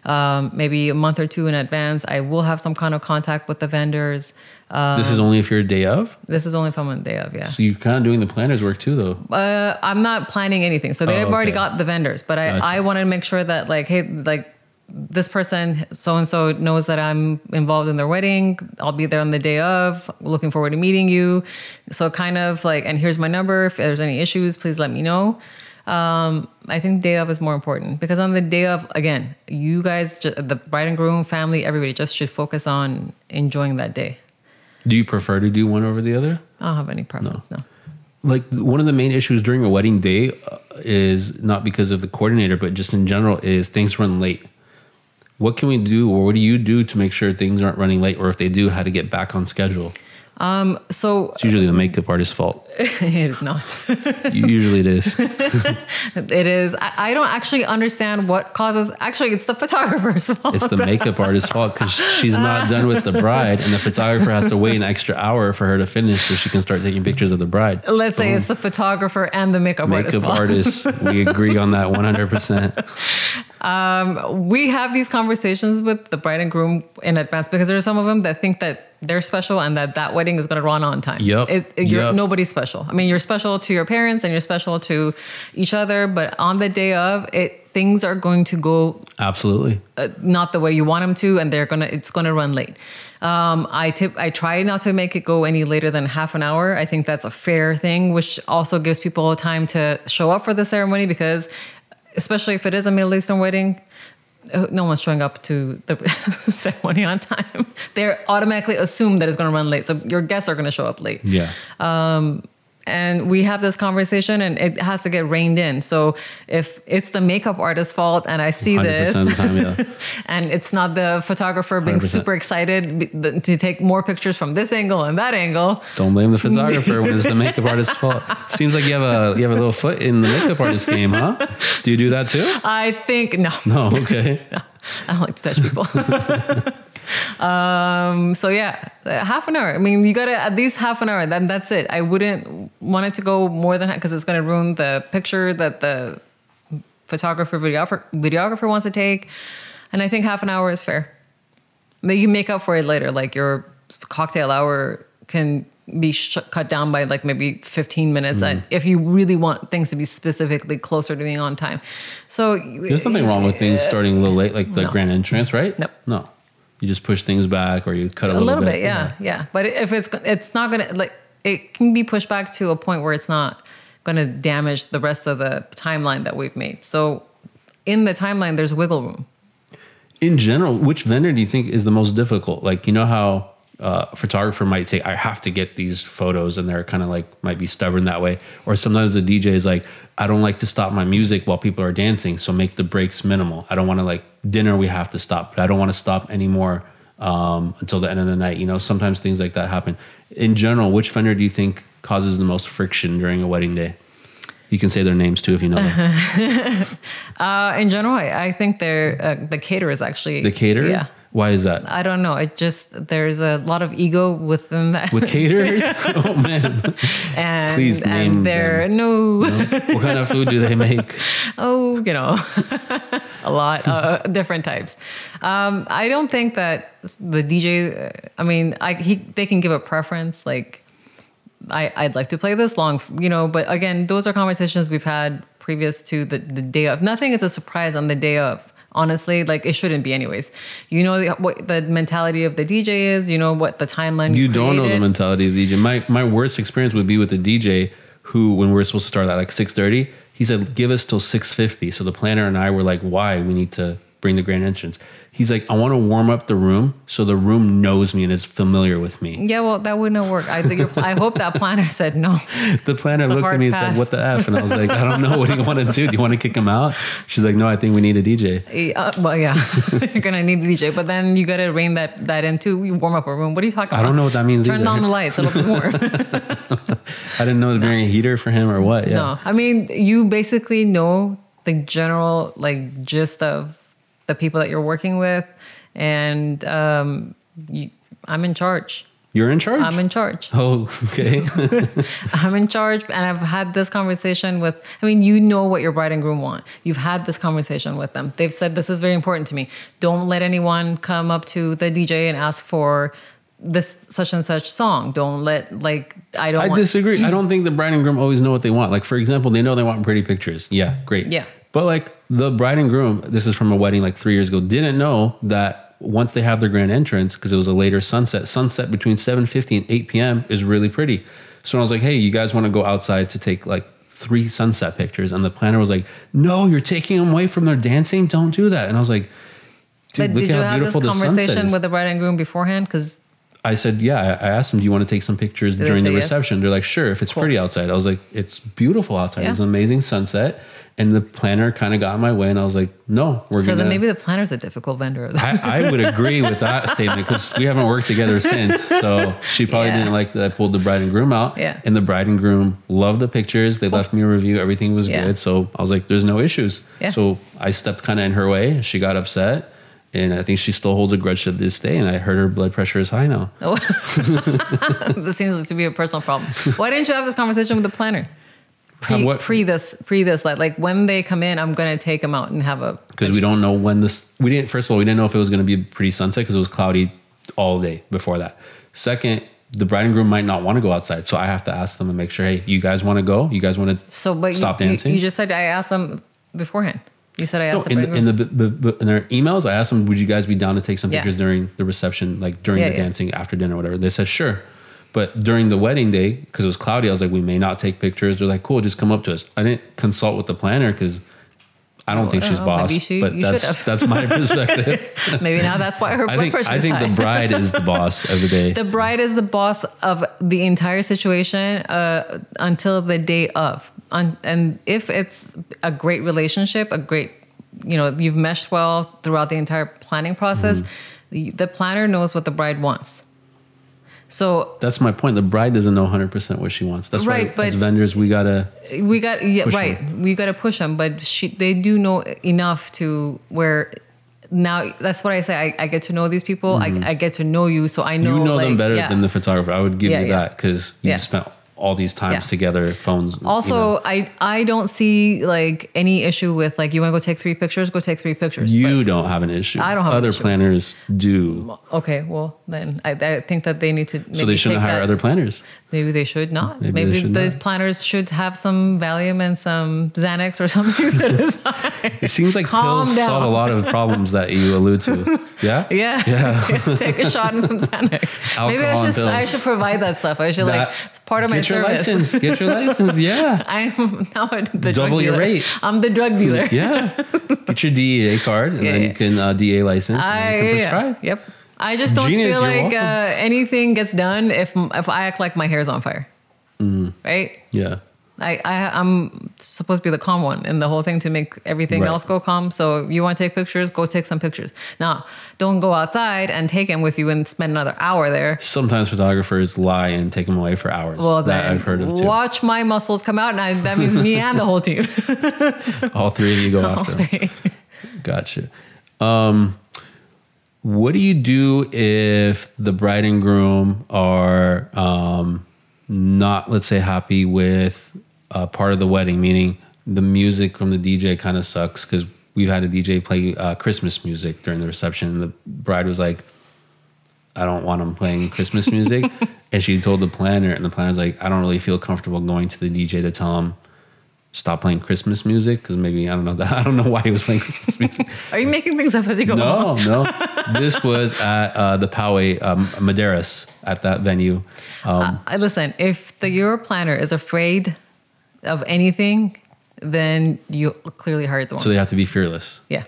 Speaker 2: um, maybe a month or two in advance. I will have some kind of contact with the vendors. Uh,
Speaker 1: this is only if you're a day of.
Speaker 2: this is only from a day of, yeah.
Speaker 1: So you're kind of doing the planner's work too, though.
Speaker 2: uh, I'm not planning anything. So they've
Speaker 1: Oh,
Speaker 2: already
Speaker 1: okay.
Speaker 2: got the vendors, but I,
Speaker 1: Gotcha.
Speaker 2: I wanted to make sure that like, hey, like this person, so and so knows that I'm involved in their wedding. I'll be there on the day of. Looking forward to meeting you. So kind of like, and here's my number. If there's any issues, please let me know. Um, I think day of is more important because on the day of, again, you guys, ju- the bride and groom family, everybody just should focus on enjoying that day.
Speaker 1: Do you prefer to do one over the other?
Speaker 2: I don't have any preference. no.
Speaker 1: Like one of the main issues during a wedding day uh, is not because of the coordinator, but just in general is things run late. What can we do, or what do you do to make sure things aren't running late, or if they do, how to get back on schedule?
Speaker 2: So [laughs]
Speaker 1: It's usually the makeup artist's fault.
Speaker 2: it is not.
Speaker 1: usually it is.
Speaker 2: It is. I, I don't actually understand what causes. Actually, it's the [laughs] photographer's fault.
Speaker 1: It's the makeup artist's fault because she's not done with the bride, and the photographer has to wait an extra hour for her to finish so she can start taking pictures of the bride.
Speaker 2: Let's say it's the photographer and the makeup,
Speaker 1: Makeup
Speaker 2: artist.
Speaker 1: artists, we agree on that 100%.
Speaker 2: we have these conversations with the bride and groom in advance because there are some of them that think that they're special and that that wedding is going to run on time.
Speaker 1: Yup.
Speaker 2: It, it- you're,
Speaker 1: Yup.
Speaker 2: Nobody's special. I mean, you're special to your parents and you're special to each other, but on the day of it, things are going to go
Speaker 1: Absolutely.
Speaker 2: uh, not the way you want them to, and they're gonna it's gonna run late. Um, I tip I try not to make it go any later than half an hour. I think that's a fair thing, which also gives people time to show up for the ceremony because, especially if it is a Middle Eastern wedding. uh, No one's showing up to the [laughs] ceremony on time. They're automatically assumed that it's going to run late. So your guests are going to show up late
Speaker 1: Yeah.
Speaker 2: and we have this conversation and it has to get reined in so if it's the makeup artist's fault and i see
Speaker 1: 100% of the
Speaker 2: this
Speaker 1: time, yeah.
Speaker 2: [laughs] and it's not the photographer being
Speaker 1: 100%.
Speaker 2: super excited b- th- to take more pictures from this angle and that angle
Speaker 1: Don't blame the
Speaker 2: [laughs]
Speaker 1: photographer when it's the makeup artist's fault. Seems like you have a you have a little foot in the makeup artist game, huh? Do you do that too?
Speaker 2: i think no
Speaker 1: No, okay.
Speaker 2: i don't like to touch people [laughs] um so yeah uh, half an hour i mean you gotta at least half an hour then that's it i wouldn't want it to go more than because it's gonna ruin the picture that the photographer videographer videographer wants to take and i think half an hour is fair but you make up for it later like your cocktail hour can be sh- cut down by like maybe 15 minutes
Speaker 1: Mm-hmm.
Speaker 2: and if you really want things to be specifically closer to being on time so
Speaker 1: There's nothing wrong with things starting a little late, like the
Speaker 2: No.
Speaker 1: grand entrance, right?
Speaker 2: Nope.
Speaker 1: No. You just push things back or you cut a
Speaker 2: a
Speaker 1: little,
Speaker 2: little bit, yeah, yeah but if it's it's not gonna like it can be pushed back to a point where it's not gonna damage the rest of the timeline that we've made so in the timeline there's wiggle room
Speaker 1: in general, which vendor do you think is the most difficult? Like, you know how uh, a photographer might say, I have to get these photos, and they're kind of like, might be stubborn that way. Or sometimes the DJ is like, I don't like to stop my music while people are dancing, so make the breaks minimal. I don't want to, like, dinner, we have to stop, but I don't want to stop anymore um, until the end of the night. You know, sometimes things like that happen. In general, which vendor do you think causes the most friction during a wedding day? You can say their names too if you know them.
Speaker 2: uh, in general I, I think they're uh, the caterers actually
Speaker 1: The caterer?
Speaker 2: yeah
Speaker 1: Why is that?
Speaker 2: I don't know. It just there's a lot of ego within that,
Speaker 1: With caterers? oh, man.
Speaker 2: [laughs] and
Speaker 1: please name
Speaker 2: and they're no,
Speaker 1: what kind of food do they make?
Speaker 2: oh, you know, [laughs] a lot uh, different types. Um, I don't think that the DJ. uh, I mean, I he they can give a preference like. I, I'd like to play this long, you know, but again, those are conversations we've had previous to the, the day of. Nothing is a surprise on the day of. Honestly, like it shouldn't be, anyways. You know the, what the mentality of the DJ is. You know what the timeline
Speaker 1: [laughs] You don't know the
Speaker 2: created.
Speaker 1: mentality of the DJ. My my worst experience would be with the DJ who, when we were supposed to start at like six thirty, he said, "Give us till six 50. So the planner and I were like, "Why? We need to bring the grand entrance." He's like, "I want to warm up the room so the room knows me and is familiar with me."
Speaker 2: Yeah, well, that wouldn't have worked. I think your, I hope that planner said no.
Speaker 1: The planner
Speaker 2: Mm. a
Speaker 1: looked at
Speaker 2: hard
Speaker 1: me and
Speaker 2: pass.
Speaker 1: said, "What the f?" And I was like, "I don't know. What do you want to do? Do you want to kick him out?" She's like, "No, I think we need a DJ."
Speaker 2: Eh, Uh, well, yeah, [laughs] you're gonna need a DJ, but then you gotta rein that that into you warm up a room. What are you talking
Speaker 1: I
Speaker 2: about?
Speaker 1: don't know what that means
Speaker 2: Turn
Speaker 1: either.
Speaker 2: on the lights; it'll be
Speaker 1: [laughs]
Speaker 2: [laughs] warm.
Speaker 1: I didn't know to bring a heater for him or what. Yeah.
Speaker 2: No, I mean you basically know the general like gist of the people that you're working with, and um, you, I'm in charge.
Speaker 1: You're in charge.
Speaker 2: I'm in charge.
Speaker 1: oh, [laughs] okay.
Speaker 2: I'm in charge, and I've had this conversation with. I mean, you know what your bride and groom want. You've had this conversation with them. They've said this is very important to me. Don't let anyone come up to the DJ and ask for this such and such song. Don't let like I don't.
Speaker 1: I
Speaker 2: want,
Speaker 1: disagree.
Speaker 2: [clears throat]
Speaker 1: I don't think the bride and groom always know what they want. Like, for example, they know they want pretty pictures. Yeah, great.
Speaker 2: Yeah.
Speaker 1: But like the bride and groom, this is from a wedding like three years ago, didn't know that once they have their grand entrance, because it was a later sunset, sunset between 7.50 and 8 p.m. is really pretty. So I was like, hey, you guys want to go outside to take like three sunset pictures? And the planner was like, no, you're taking them away from their dancing. Don't do that. And I was like, dude,
Speaker 2: but
Speaker 1: look
Speaker 2: did you
Speaker 1: at how
Speaker 2: have this
Speaker 1: beautiful the sunset
Speaker 2: conversation
Speaker 1: is.
Speaker 2: with the bride and groom beforehand? Because
Speaker 1: I said, yeah. I- I asked them, do you want to take some pictures
Speaker 2: they
Speaker 1: during the
Speaker 2: say yes?
Speaker 1: reception? They're like, sure, if it's pretty outside. I was like, it's beautiful outside. It's
Speaker 2: Yeah.
Speaker 1: an amazing sunset. And the planner kind of got in my way, and I was like, no, we're
Speaker 2: so
Speaker 1: gonna.
Speaker 2: then maybe the planner's a difficult vendor.
Speaker 1: I, I would agree with that
Speaker 2: [laughs]
Speaker 1: statement because we haven't worked together since. So she probably
Speaker 2: Yeah.
Speaker 1: didn't like that I pulled the bride and groom out.
Speaker 2: Yeah.
Speaker 1: And the bride and groom loved the pictures. They left me a review. Everything was
Speaker 2: Yeah.
Speaker 1: good. So I was like, there's no issues.
Speaker 2: Yeah.
Speaker 1: So I stepped kind of in her way. She got upset. And I think she still holds a grudge to this day. And I heard her blood pressure is high now.
Speaker 2: Oh. [laughs] this seems to be a personal problem. Why didn't you have this conversation with the planner?
Speaker 1: Have
Speaker 2: Pre,
Speaker 1: what-
Speaker 2: pre this, pre this, like, like when they come in, I'm gonna take them out and have a
Speaker 1: because we don't know when this. We didn't. First of all, we didn't know if it was going to be a pretty sunset because it was cloudy all day before that. Second, the bride and groom might not want to go outside, so I have to ask them and make sure. Hey, you guys want to go? You guys want to
Speaker 2: So, but
Speaker 1: stop
Speaker 2: you, you-
Speaker 1: dancing?
Speaker 2: You, just said I asked them beforehand. You said I
Speaker 1: no,
Speaker 2: asked
Speaker 1: in, the,
Speaker 2: them.
Speaker 1: in the b- b- in their emails, I asked them, "Would you guys be down to take some
Speaker 2: Yeah.
Speaker 1: pictures during the reception, like during
Speaker 2: Yeah,
Speaker 1: the
Speaker 2: yeah.
Speaker 1: dancing after dinner, whatever?" They said, "Sure," but during the wedding day, because it was cloudy, I was like, "We may not take pictures." They're like, "Cool, just come up to us." I didn't consult with the planner because I don't think she's
Speaker 2: Oh,
Speaker 1: boss,
Speaker 2: maybe she-
Speaker 1: but
Speaker 2: you
Speaker 1: that's
Speaker 2: should've.
Speaker 1: that's
Speaker 2: [laughs]
Speaker 1: my perspective.
Speaker 2: Maybe now that's why her
Speaker 1: [laughs] I
Speaker 2: blood
Speaker 1: think
Speaker 2: pressure
Speaker 1: I
Speaker 2: is
Speaker 1: think
Speaker 2: high.
Speaker 1: the bride is the boss of the day.
Speaker 2: [laughs] The bride is the boss of the entire situation uh, until the day of. Un- and if it's a great relationship, a great, you know, you've meshed well throughout the entire planning process,
Speaker 1: Mm-hmm.
Speaker 2: the, the planner knows what the bride wants. So
Speaker 1: that's my point. The bride doesn't know 100 percent what she wants. That's
Speaker 2: Right,
Speaker 1: why
Speaker 2: but-
Speaker 1: as vendors we gotta.
Speaker 2: we got yeah,
Speaker 1: Push
Speaker 2: right. We got to push them, but she, they do know enough to where now. That's what I say. I, I get to know these people. I, I get to know you, so I know
Speaker 1: Mm-hmm. you know them
Speaker 2: like,
Speaker 1: better
Speaker 2: yeah.
Speaker 1: than the photographer. I would give
Speaker 2: Yeah,
Speaker 1: you
Speaker 2: yeah.
Speaker 1: that because you
Speaker 2: Yeah.
Speaker 1: spent all these times
Speaker 2: Yeah.
Speaker 1: together. Phones. you
Speaker 2: Also,
Speaker 1: know.
Speaker 2: I I don't see like any issue with like you want to go take three pictures, go take three pictures.
Speaker 1: you don't have an issue.
Speaker 2: I don't have an
Speaker 1: Other
Speaker 2: issue.
Speaker 1: planners do,
Speaker 2: But- okay, well then I, I think that they need to. Maybe
Speaker 1: so they shouldn't
Speaker 2: take
Speaker 1: hire
Speaker 2: that-
Speaker 1: other
Speaker 2: [laughs]
Speaker 1: planners.
Speaker 2: Maybe they should not.
Speaker 1: Maybe
Speaker 2: Maybe,
Speaker 1: they should
Speaker 2: those
Speaker 1: not.
Speaker 2: planners should have some Valium and some Xanax or something. [laughs] set aside.
Speaker 1: It seems like
Speaker 2: Calm
Speaker 1: pills solve a
Speaker 2: down.
Speaker 1: lot of problems that you allude
Speaker 2: [laughs]
Speaker 1: to. Yeah.
Speaker 2: Yeah. [laughs] Take a shot and some Xanax. Maybe
Speaker 1: [laughs]
Speaker 2: I
Speaker 1: Alcohol and
Speaker 2: should I
Speaker 1: pills.
Speaker 2: should provide that stuff. I should
Speaker 1: That-
Speaker 2: like it's part of my
Speaker 1: Get your
Speaker 2: service.
Speaker 1: license. Get your license. Yeah.
Speaker 2: [laughs] I'm now I'm the drug
Speaker 1: Double your
Speaker 2: dealer.
Speaker 1: rate.
Speaker 2: I'm the drug dealer.
Speaker 1: Yeah. Get your DEA card and
Speaker 2: Yeah,
Speaker 1: then
Speaker 2: yeah.
Speaker 1: you can uh, DEA license
Speaker 2: I,
Speaker 1: and you can
Speaker 2: yeah,
Speaker 1: prescribe.
Speaker 2: Yep. I just don't
Speaker 1: Genius,
Speaker 2: feel
Speaker 1: you're
Speaker 2: like uh,
Speaker 1: welcome.
Speaker 2: anything gets done if if I act like my hair's on fire,
Speaker 1: Mm.
Speaker 2: right?
Speaker 1: Yeah.
Speaker 2: I, I I'm supposed to be the calm one in the whole thing to make everything
Speaker 1: Right.
Speaker 2: else go calm. So you want to take pictures, go take some pictures. Now, don't go outside and take him with you and spend another hour there.
Speaker 1: Sometimes photographers lie and take them away for hours.
Speaker 2: Well,
Speaker 1: that
Speaker 2: then
Speaker 1: I've heard of too.
Speaker 2: watch my muscles come out, and I, that means me and the
Speaker 1: [laughs]
Speaker 2: whole team.
Speaker 1: All three of you
Speaker 2: [laughs]
Speaker 1: go after them. Gotcha. Um, what do you do if the bride and groom are um, not, let's say, happy with uh, part of the wedding? Meaning the music from the DJ kind of sucks because we've had a DJ play uh, Christmas music during the reception, and the bride was like, I don't want them playing Christmas music. and she told the planner, and the planner's like, I don't really feel comfortable going to the DJ to tell him stop playing Christmas music because maybe I don't know [laughs] that I don't know why he was playing Christmas music.
Speaker 2: Are you making things up as you go along?
Speaker 1: [laughs] no, no, this was at uh, the Poway um, Madeiras at that venue. Um,
Speaker 2: I- Uh, listen, if the Euro planner is afraid of anything, then you clearly hired the wrong.
Speaker 1: So they have to be fearless.
Speaker 2: yeah,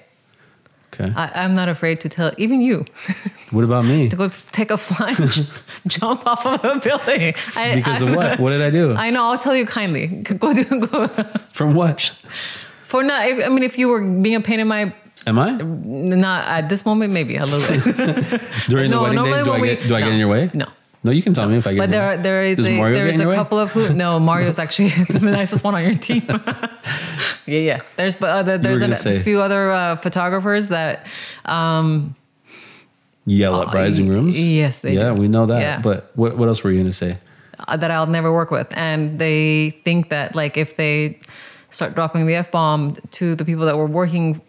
Speaker 1: Okay.
Speaker 2: I, I'm not afraid to tell even you [laughs]
Speaker 1: what about me?
Speaker 2: to go take
Speaker 1: [laughs]
Speaker 2: a plunge, jump off of a building. I,
Speaker 1: Because
Speaker 2: I,
Speaker 1: of what? What did I do?
Speaker 2: [laughs] I know. I'll tell you kindly. Go do go
Speaker 1: From what?
Speaker 2: for not. I mean, if you were being a pain in my
Speaker 1: Am I
Speaker 2: not at this moment, maybe a little bit.
Speaker 1: [laughs] during the
Speaker 2: No,
Speaker 1: wedding
Speaker 2: normally
Speaker 1: day? Do I
Speaker 2: when we-
Speaker 1: get do I get
Speaker 2: no.
Speaker 1: in your way?
Speaker 2: No.
Speaker 1: No, you can tell me if I get.
Speaker 2: But
Speaker 1: in your
Speaker 2: there, are,
Speaker 1: way.
Speaker 2: there is
Speaker 1: Does
Speaker 2: a,
Speaker 1: Mario
Speaker 2: there
Speaker 1: get in
Speaker 2: is a
Speaker 1: your way?
Speaker 2: couple
Speaker 1: [laughs]
Speaker 2: of who. No, Mario's actually [laughs] the nicest one on your team. [laughs] yeah, yeah. There's but other, there's
Speaker 1: gonna
Speaker 2: a,
Speaker 1: say.
Speaker 2: few other uh, photographers that
Speaker 1: Yell at brides and grooms.
Speaker 2: Oh, yes, they
Speaker 1: yeah,
Speaker 2: do.
Speaker 1: we know that.
Speaker 2: Yeah.
Speaker 1: But what what else were you gonna say?
Speaker 2: uh, that I'll never work with, and they think that like if they start dropping the f bomb to the people that were working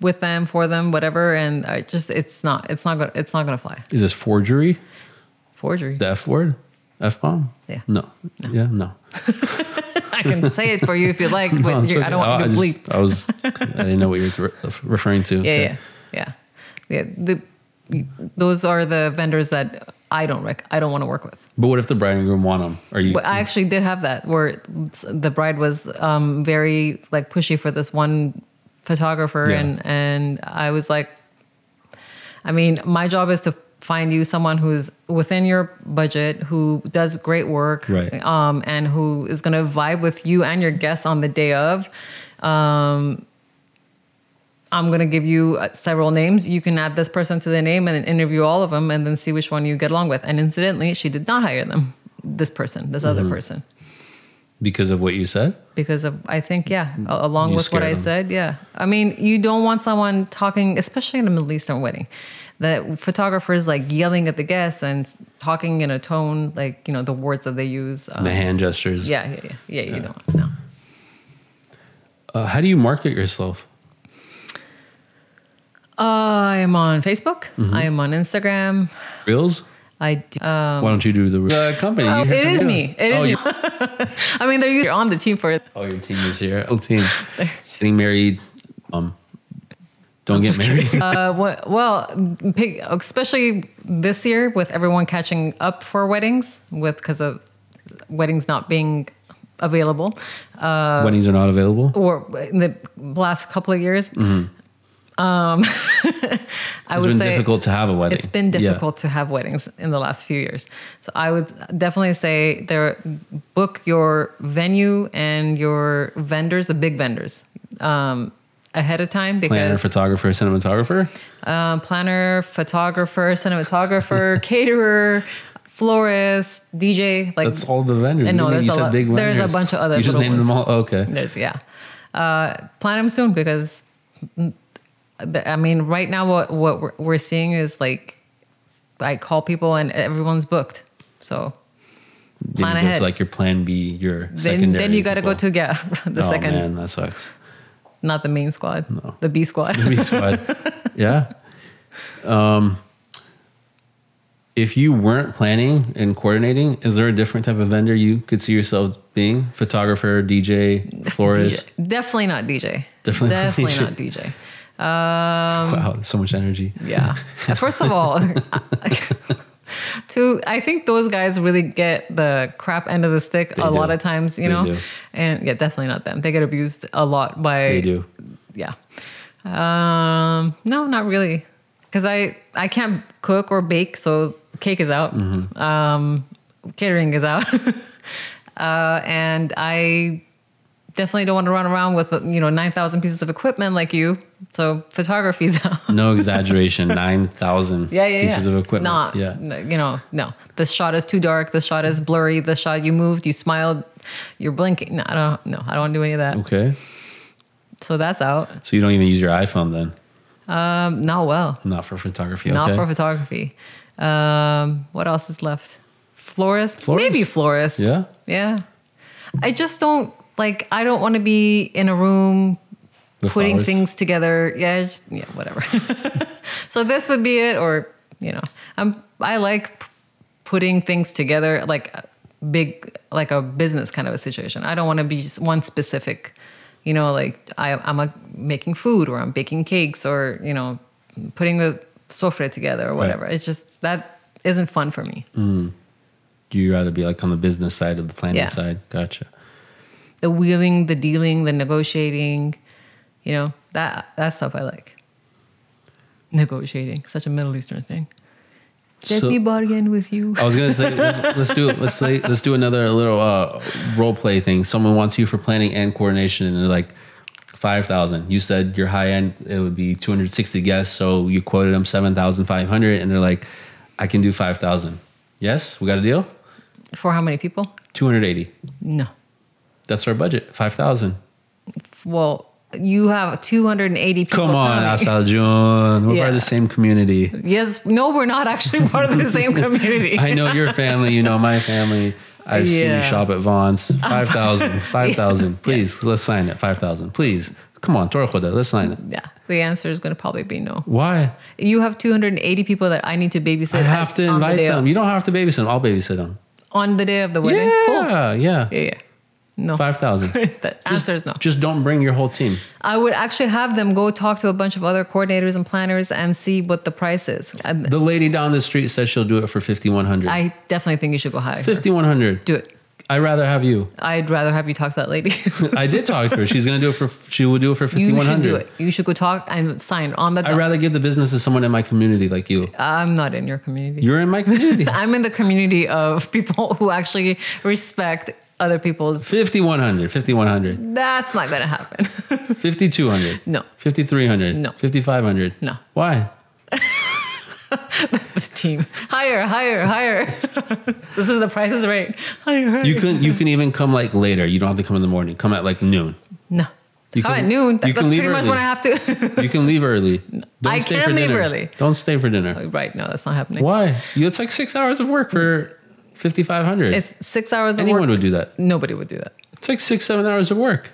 Speaker 2: with them for them, whatever, and I just it's not it's not gonna it's not gonna fly.
Speaker 1: Is this forgery?
Speaker 2: Forgery.
Speaker 1: The F word? F bomb?
Speaker 2: Yeah.
Speaker 1: No. Yeah, no.
Speaker 2: [laughs] I can say it for you if you
Speaker 1: [laughs]
Speaker 2: like,
Speaker 1: No,
Speaker 2: but
Speaker 1: it's
Speaker 2: you're,
Speaker 1: okay.
Speaker 2: I don't want
Speaker 1: Oh, I
Speaker 2: you to
Speaker 1: just-
Speaker 2: bleep.
Speaker 1: I was, I didn't know what you were re- referring to.
Speaker 2: Yeah,
Speaker 1: Okay.
Speaker 2: yeah, yeah, yeah. The, those are the vendors that I don't rec- I don't want to work with.
Speaker 1: But what if the bride and groom want them? Are you?
Speaker 2: But I actually did have that where the bride was um, very like pushy for this one photographer,
Speaker 1: Yeah.
Speaker 2: and and I was like, I mean, my job is to find you someone who's within your budget, who does great work,
Speaker 1: Right.
Speaker 2: um, and who is going to vibe with you and your guests on the day of. Um, I'm going to give you uh, several names. You can add this person to the name and then interview all of them and then see which one you get along with. And incidentally, she did not hire them, this person, this other person,
Speaker 1: because of what you said?
Speaker 2: because of, I think, yeah, a- along
Speaker 1: You
Speaker 2: with what
Speaker 1: scared
Speaker 2: I
Speaker 1: them.
Speaker 2: said. Yeah. I mean, you don't want someone talking, especially in a Middle Eastern wedding, that photographers like yelling at the guests and s- talking in a tone, like, you know, the words that they use. Um,
Speaker 1: The hand gestures.
Speaker 2: yeah, yeah, yeah, yeah. You don't, no.
Speaker 1: Uh, how do you market yourself?
Speaker 2: Uh, I am on Facebook.
Speaker 1: Mm-hmm.
Speaker 2: I am on Instagram.
Speaker 1: Reels?
Speaker 2: I do. uh,
Speaker 1: Why don't you do the, the company? You
Speaker 2: Um, Oh,
Speaker 1: heard
Speaker 2: it
Speaker 1: from
Speaker 2: is
Speaker 1: you.
Speaker 2: me. It is
Speaker 1: oh,
Speaker 2: me.
Speaker 1: you-
Speaker 2: I mean, they're you're on the team for it.
Speaker 1: oh, your team is here. Oh,
Speaker 2: [laughs]
Speaker 1: team. Getting married. Um, don't get married.
Speaker 2: Uh, [laughs] wh- well, pick, especially this year with everyone catching up for weddings, with because of weddings not being available Uh,
Speaker 1: Weddings are not available.
Speaker 2: or in the last couple of years. Um, [laughs] I
Speaker 1: Mm-hmm. It's
Speaker 2: would
Speaker 1: been
Speaker 2: say
Speaker 1: difficult to have a wedding.
Speaker 2: it's been
Speaker 1: Yeah.
Speaker 2: difficult to have weddings in the last few years. So I would definitely say there book your venue and your vendors, the big vendors, um, ahead of time
Speaker 1: Planner,
Speaker 2: because
Speaker 1: photographer, cinematographer.
Speaker 2: um, planner, photographer,
Speaker 1: [laughs]
Speaker 2: cinematographer, caterer, florist, DJ, like
Speaker 1: That's all the vendors.
Speaker 2: And no,
Speaker 1: Really?
Speaker 2: there's
Speaker 1: you
Speaker 2: a
Speaker 1: said
Speaker 2: lot-
Speaker 1: big
Speaker 2: there's a
Speaker 1: vendors.
Speaker 2: bunch of other
Speaker 1: You just
Speaker 2: little
Speaker 1: named them all. Okay.
Speaker 2: There's yeah. Uh, plan them soon because mm, the- I mean, right now what what we're, we're seeing is like I call people and everyone's booked. So Plan
Speaker 1: then it goes
Speaker 2: ahead.
Speaker 1: like your plan B, your
Speaker 2: then,
Speaker 1: secondary.
Speaker 2: then you got to go
Speaker 1: people.
Speaker 2: to yeah [laughs] the
Speaker 1: oh,
Speaker 2: second,
Speaker 1: man, that sucks.
Speaker 2: not the main squad,
Speaker 1: No.
Speaker 2: the B squad.
Speaker 1: The
Speaker 2: [laughs]
Speaker 1: B squad. yeah. Um, if you weren't planning and coordinating, is there a different type of vendor you could see yourself being? Photographer,
Speaker 2: [laughs]
Speaker 1: DJ, florist.
Speaker 2: Yeah, definitely not DJ.
Speaker 1: Definitely not
Speaker 2: definitely
Speaker 1: DJ.
Speaker 2: not DJ. um,
Speaker 1: wow, so much energy. [laughs]
Speaker 2: Yeah. First of all, [laughs] to I think those guys really get the crap end of the stick
Speaker 1: They
Speaker 2: a lot
Speaker 1: do.
Speaker 2: of times, you
Speaker 1: They
Speaker 2: know.
Speaker 1: do.
Speaker 2: And yeah, definitely not them. They get abused a lot by
Speaker 1: They do.
Speaker 2: Yeah. Um, no, not really. Cuz I I can't cook or bake, so cake is out. Um, catering is out. [laughs] uh, and I definitely don't want to run around with you know 9000 pieces of equipment like you. So photography's [laughs] out.
Speaker 1: No exaggeration. Nine thousand
Speaker 2: Yeah, yeah,
Speaker 1: pieces
Speaker 2: yeah.
Speaker 1: of equipment.
Speaker 2: Nah,
Speaker 1: yeah.
Speaker 2: no, you know, no. This shot is too dark. This shot is blurry. This shot you moved, you smiled, you're blinking. No, I don't. No, I don't want to do any of that.
Speaker 1: Okay.
Speaker 2: So that's out.
Speaker 1: So you don't even use your iPhone then?
Speaker 2: Um, not well.
Speaker 1: Not for photography.
Speaker 2: Not
Speaker 1: okay.
Speaker 2: for photography. Um, what else is left? Florist?
Speaker 1: Florist?
Speaker 2: Maybe florist.
Speaker 1: Yeah.
Speaker 2: Yeah. I just don't like. I don't want to be in a room
Speaker 1: With
Speaker 2: putting
Speaker 1: flowers?
Speaker 2: things together. Yeah, just, yeah, whatever. [laughs] so this would be it, or you know, I'm I like p- putting things together, like a big, like a business kind of a situation. I don't want to be just one specific, you know, like I, I'm a, making food or I'm baking cakes or you know, putting the sofre together or whatever. It's just that isn't fun for me.
Speaker 1: Do you rather be like on the business side of the planning
Speaker 2: Yeah.
Speaker 1: side? Gotcha.
Speaker 2: The wheeling, the dealing, the negotiating, you know, that that stuff I like. Negotiating, such a Middle Eastern thing. Let
Speaker 1: So- Oh.
Speaker 2: me bargain with you.
Speaker 1: I was gonna say let's, let's do let's say, let's do another little uh, role play thing. Someone wants you for planning and coordination, and they're like five thousand. You said your high end it would be two hundred sixty guests, so you quoted them seven thousand five hundred, and they're like, I can do five thousand. Yes, we got a deal.
Speaker 2: For how many people?
Speaker 1: Two hundred eighty.
Speaker 2: No.
Speaker 1: That's our budget. Five thousand.
Speaker 2: Well, you have 280 people.
Speaker 1: Come
Speaker 2: [laughs]
Speaker 1: on,
Speaker 2: coming.
Speaker 1: Asal Jun. We're part
Speaker 2: Yeah.
Speaker 1: of the same community.
Speaker 2: Yes, no, we're not actually part of the
Speaker 1: [laughs]
Speaker 2: same community.
Speaker 1: I know your family. You know my family. I've seen
Speaker 2: [laughs] Yeah.
Speaker 1: you shop at Vaughn's. 5,000. 5,000. Please, let's sign it. 5,000. Please. Come on, Torjoda, let's sign it.
Speaker 2: [laughs] Yeah, the answer is going to probably be no.
Speaker 1: Why?
Speaker 2: You have 280 people that I need to babysit.
Speaker 1: I have to
Speaker 2: on the
Speaker 1: invite
Speaker 2: day of-
Speaker 1: them. You don't have to babysit them. I'll babysit them.
Speaker 2: on the day of the wedding.
Speaker 1: Yeah,
Speaker 2: Cool.
Speaker 1: yeah.
Speaker 2: Yeah, yeah. No. [laughs]
Speaker 1: 5,000.
Speaker 2: the answer is no.
Speaker 1: Just don't bring your whole team.
Speaker 2: I would actually have them go talk to a bunch of other coordinators and planners and see what the price is. And
Speaker 1: The lady down the street says she'll do it for 5,100.
Speaker 2: I definitely think you should go high.
Speaker 1: 5,100.
Speaker 2: Do it.
Speaker 1: I'd rather have you.
Speaker 2: I'd rather have you talk to that lady.
Speaker 1: [laughs] I did talk to her. She's going to do it for, she will do it for
Speaker 2: [laughs]
Speaker 1: 5,100.
Speaker 2: you should do it. You should go talk and sign on the.
Speaker 1: I'd rather give the business to someone in my community like you.
Speaker 2: I'm not in your community.
Speaker 1: You're in my
Speaker 2: [laughs]
Speaker 1: community.
Speaker 2: I'm in the community of [laughs] people who actually respect other people's.
Speaker 1: 5,100, 5,100,
Speaker 2: That's not gonna happen. [laughs]
Speaker 1: 5,200.
Speaker 2: No.
Speaker 1: 5,300.
Speaker 2: No.
Speaker 1: 5,500.
Speaker 2: No.
Speaker 1: Why?
Speaker 2: the team higher, higher, higher. [laughs] this is the price is right. Higher, higher.
Speaker 1: You can you can even come like later. You don't have to come in the morning. Come at like noon.
Speaker 2: no.
Speaker 1: You
Speaker 2: Come
Speaker 1: can-
Speaker 2: at noon. That-
Speaker 1: you
Speaker 2: that's
Speaker 1: can leave
Speaker 2: pretty much
Speaker 1: early.
Speaker 2: when I have to. [laughs]
Speaker 1: You can leave early. Don't
Speaker 2: I can leave
Speaker 1: dinner.
Speaker 2: early.
Speaker 1: Don't stay for dinner.
Speaker 2: right? No, that's not happening.
Speaker 1: Why? You It's like six hours of work for 5,500.
Speaker 2: It's six hours of
Speaker 1: Anyone
Speaker 2: work.
Speaker 1: would do that.
Speaker 2: Nobody would do that.
Speaker 1: It's like six, seven hours of work.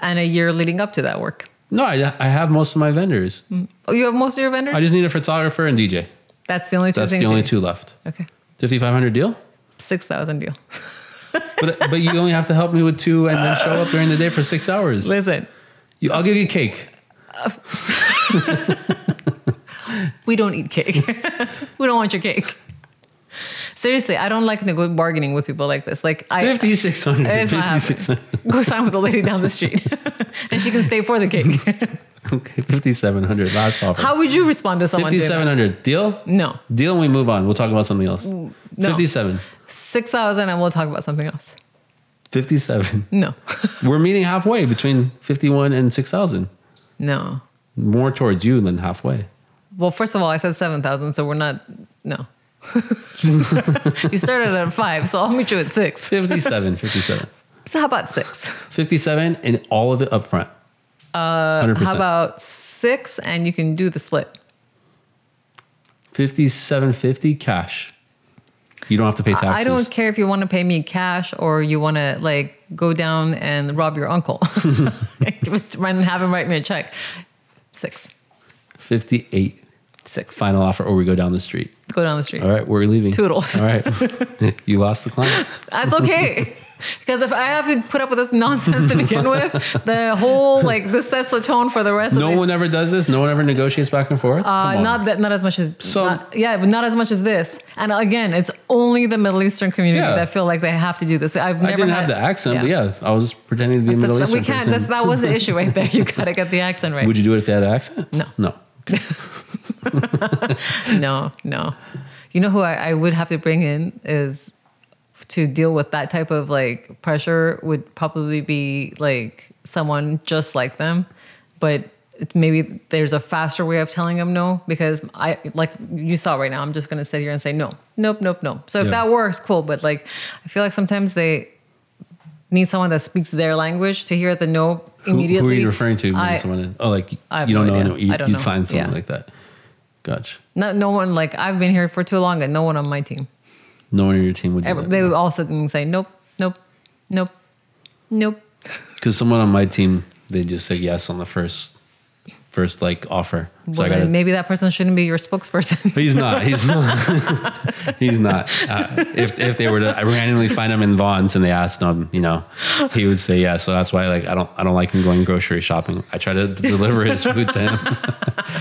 Speaker 2: And a year leading up to that work.
Speaker 1: No, I, I have most of my vendors.
Speaker 2: Oh, you have most of your vendors.
Speaker 1: I just need a photographer and DJ.
Speaker 2: that's the only two
Speaker 1: That's
Speaker 2: things.
Speaker 1: the
Speaker 2: you
Speaker 1: only
Speaker 2: need.
Speaker 1: two left.
Speaker 2: Okay,
Speaker 1: 5,500 deal?
Speaker 2: six thousand deal. [laughs]
Speaker 1: But, but you only have to help me with two and then show up during the day for six hours.
Speaker 2: [laughs] Listen,
Speaker 1: You- I'll give you cake.
Speaker 2: [laughs] we don't eat cake. we don't want your cake. Seriously, I don't like nego- bargaining with people like this. Like I,
Speaker 1: 5600
Speaker 2: It's not happening.
Speaker 1: 5600
Speaker 2: [laughs] go sign with the lady down the street, [laughs] and she can stay for the
Speaker 1: [laughs]
Speaker 2: cake.
Speaker 1: okay 5700 last offer
Speaker 2: How would you respond to someone? doing that?
Speaker 1: 5700 deal
Speaker 2: No,
Speaker 1: deal and we move on we'll talk about something else
Speaker 2: Mm,
Speaker 1: 57
Speaker 2: six thousand, and we'll talk about something else.
Speaker 1: 57
Speaker 2: No, [laughs]
Speaker 1: we're meeting halfway between 51 and 6000
Speaker 2: no.
Speaker 1: more towards you than halfway
Speaker 2: Well, first of all, I said seven thousand, so we're not. No, [laughs] you started at five, so I'll meet you at six. [laughs]
Speaker 1: 57 57
Speaker 2: So how about six?
Speaker 1: 57 and all of it up front uh 100%
Speaker 2: How about six, and you can do the split.
Speaker 1: 5750 cash you don't have to pay taxes
Speaker 2: I don't care if you want to pay me cash or you want to like go down and rob
Speaker 1: [laughs]
Speaker 2: your uncle [laughs] and have him write me a check. Six,
Speaker 1: 58
Speaker 2: six.
Speaker 1: final offer or we go down the street
Speaker 2: Go down the street.
Speaker 1: all right we're leaving
Speaker 2: Toodles.
Speaker 1: all right
Speaker 2: [laughs]
Speaker 1: [laughs] you lost the client [laughs]
Speaker 2: That's okay. Because if I have to put up with this nonsense to begin with, the whole like this sets the tone for the rest
Speaker 1: no
Speaker 2: of the
Speaker 1: one ever does this no one ever negotiates back and forth
Speaker 2: Uh, not that, not as much as
Speaker 1: So-
Speaker 2: not- yeah, but not as much as this. And again, it's only the Middle Eastern community
Speaker 1: Yeah.
Speaker 2: that feel like they have to do this. I've never
Speaker 1: i didn't
Speaker 2: had,
Speaker 1: have the accent but yeah i was pretending to be a middle
Speaker 2: That's-
Speaker 1: eastern
Speaker 2: we can't.
Speaker 1: person
Speaker 2: That's, that was the issue right there.
Speaker 1: [laughs]
Speaker 2: You gotta get the accent right.
Speaker 1: would you do it if they had an accent
Speaker 2: No.
Speaker 1: no
Speaker 2: no, no. You know who I, I would have to bring in is to deal with that type of like pressure would probably be like someone just like them, but maybe there's a faster way of telling them no because I like you saw right now I'm just gonna sit here and say no, nope, nope, nope. So if
Speaker 1: Yeah.
Speaker 2: that works, cool. But like I feel like sometimes they need someone that speaks their language to hear the no
Speaker 1: Who-
Speaker 2: immediately.
Speaker 1: Who are you referring to? When
Speaker 2: I-
Speaker 1: someone in, oh, like
Speaker 2: I have
Speaker 1: you don't
Speaker 2: no
Speaker 1: know,
Speaker 2: idea.
Speaker 1: no, you,
Speaker 2: I don't
Speaker 1: you'd
Speaker 2: know.
Speaker 1: find someone
Speaker 2: Yeah.
Speaker 1: like that. Gotcha.
Speaker 2: Not no one like I've been here for too long and no one on my team.
Speaker 1: No one in your team would do
Speaker 2: Ever, they
Speaker 1: that.
Speaker 2: would all sit and say nope, nope, nope, nope.
Speaker 1: Because someone on my team, they just said yes on the first, first like offer. So
Speaker 2: well,
Speaker 1: I got
Speaker 2: then
Speaker 1: to.
Speaker 2: maybe that person shouldn't be your spokesperson.
Speaker 1: He's not. He's not. [laughs] he's not. Uh, if if they were to randomly find him in Vaughn's and they asked him, you know, he would say yes. So that's why, like, I don't I don't like him going grocery shopping. I try to [laughs] d- deliver his food to him,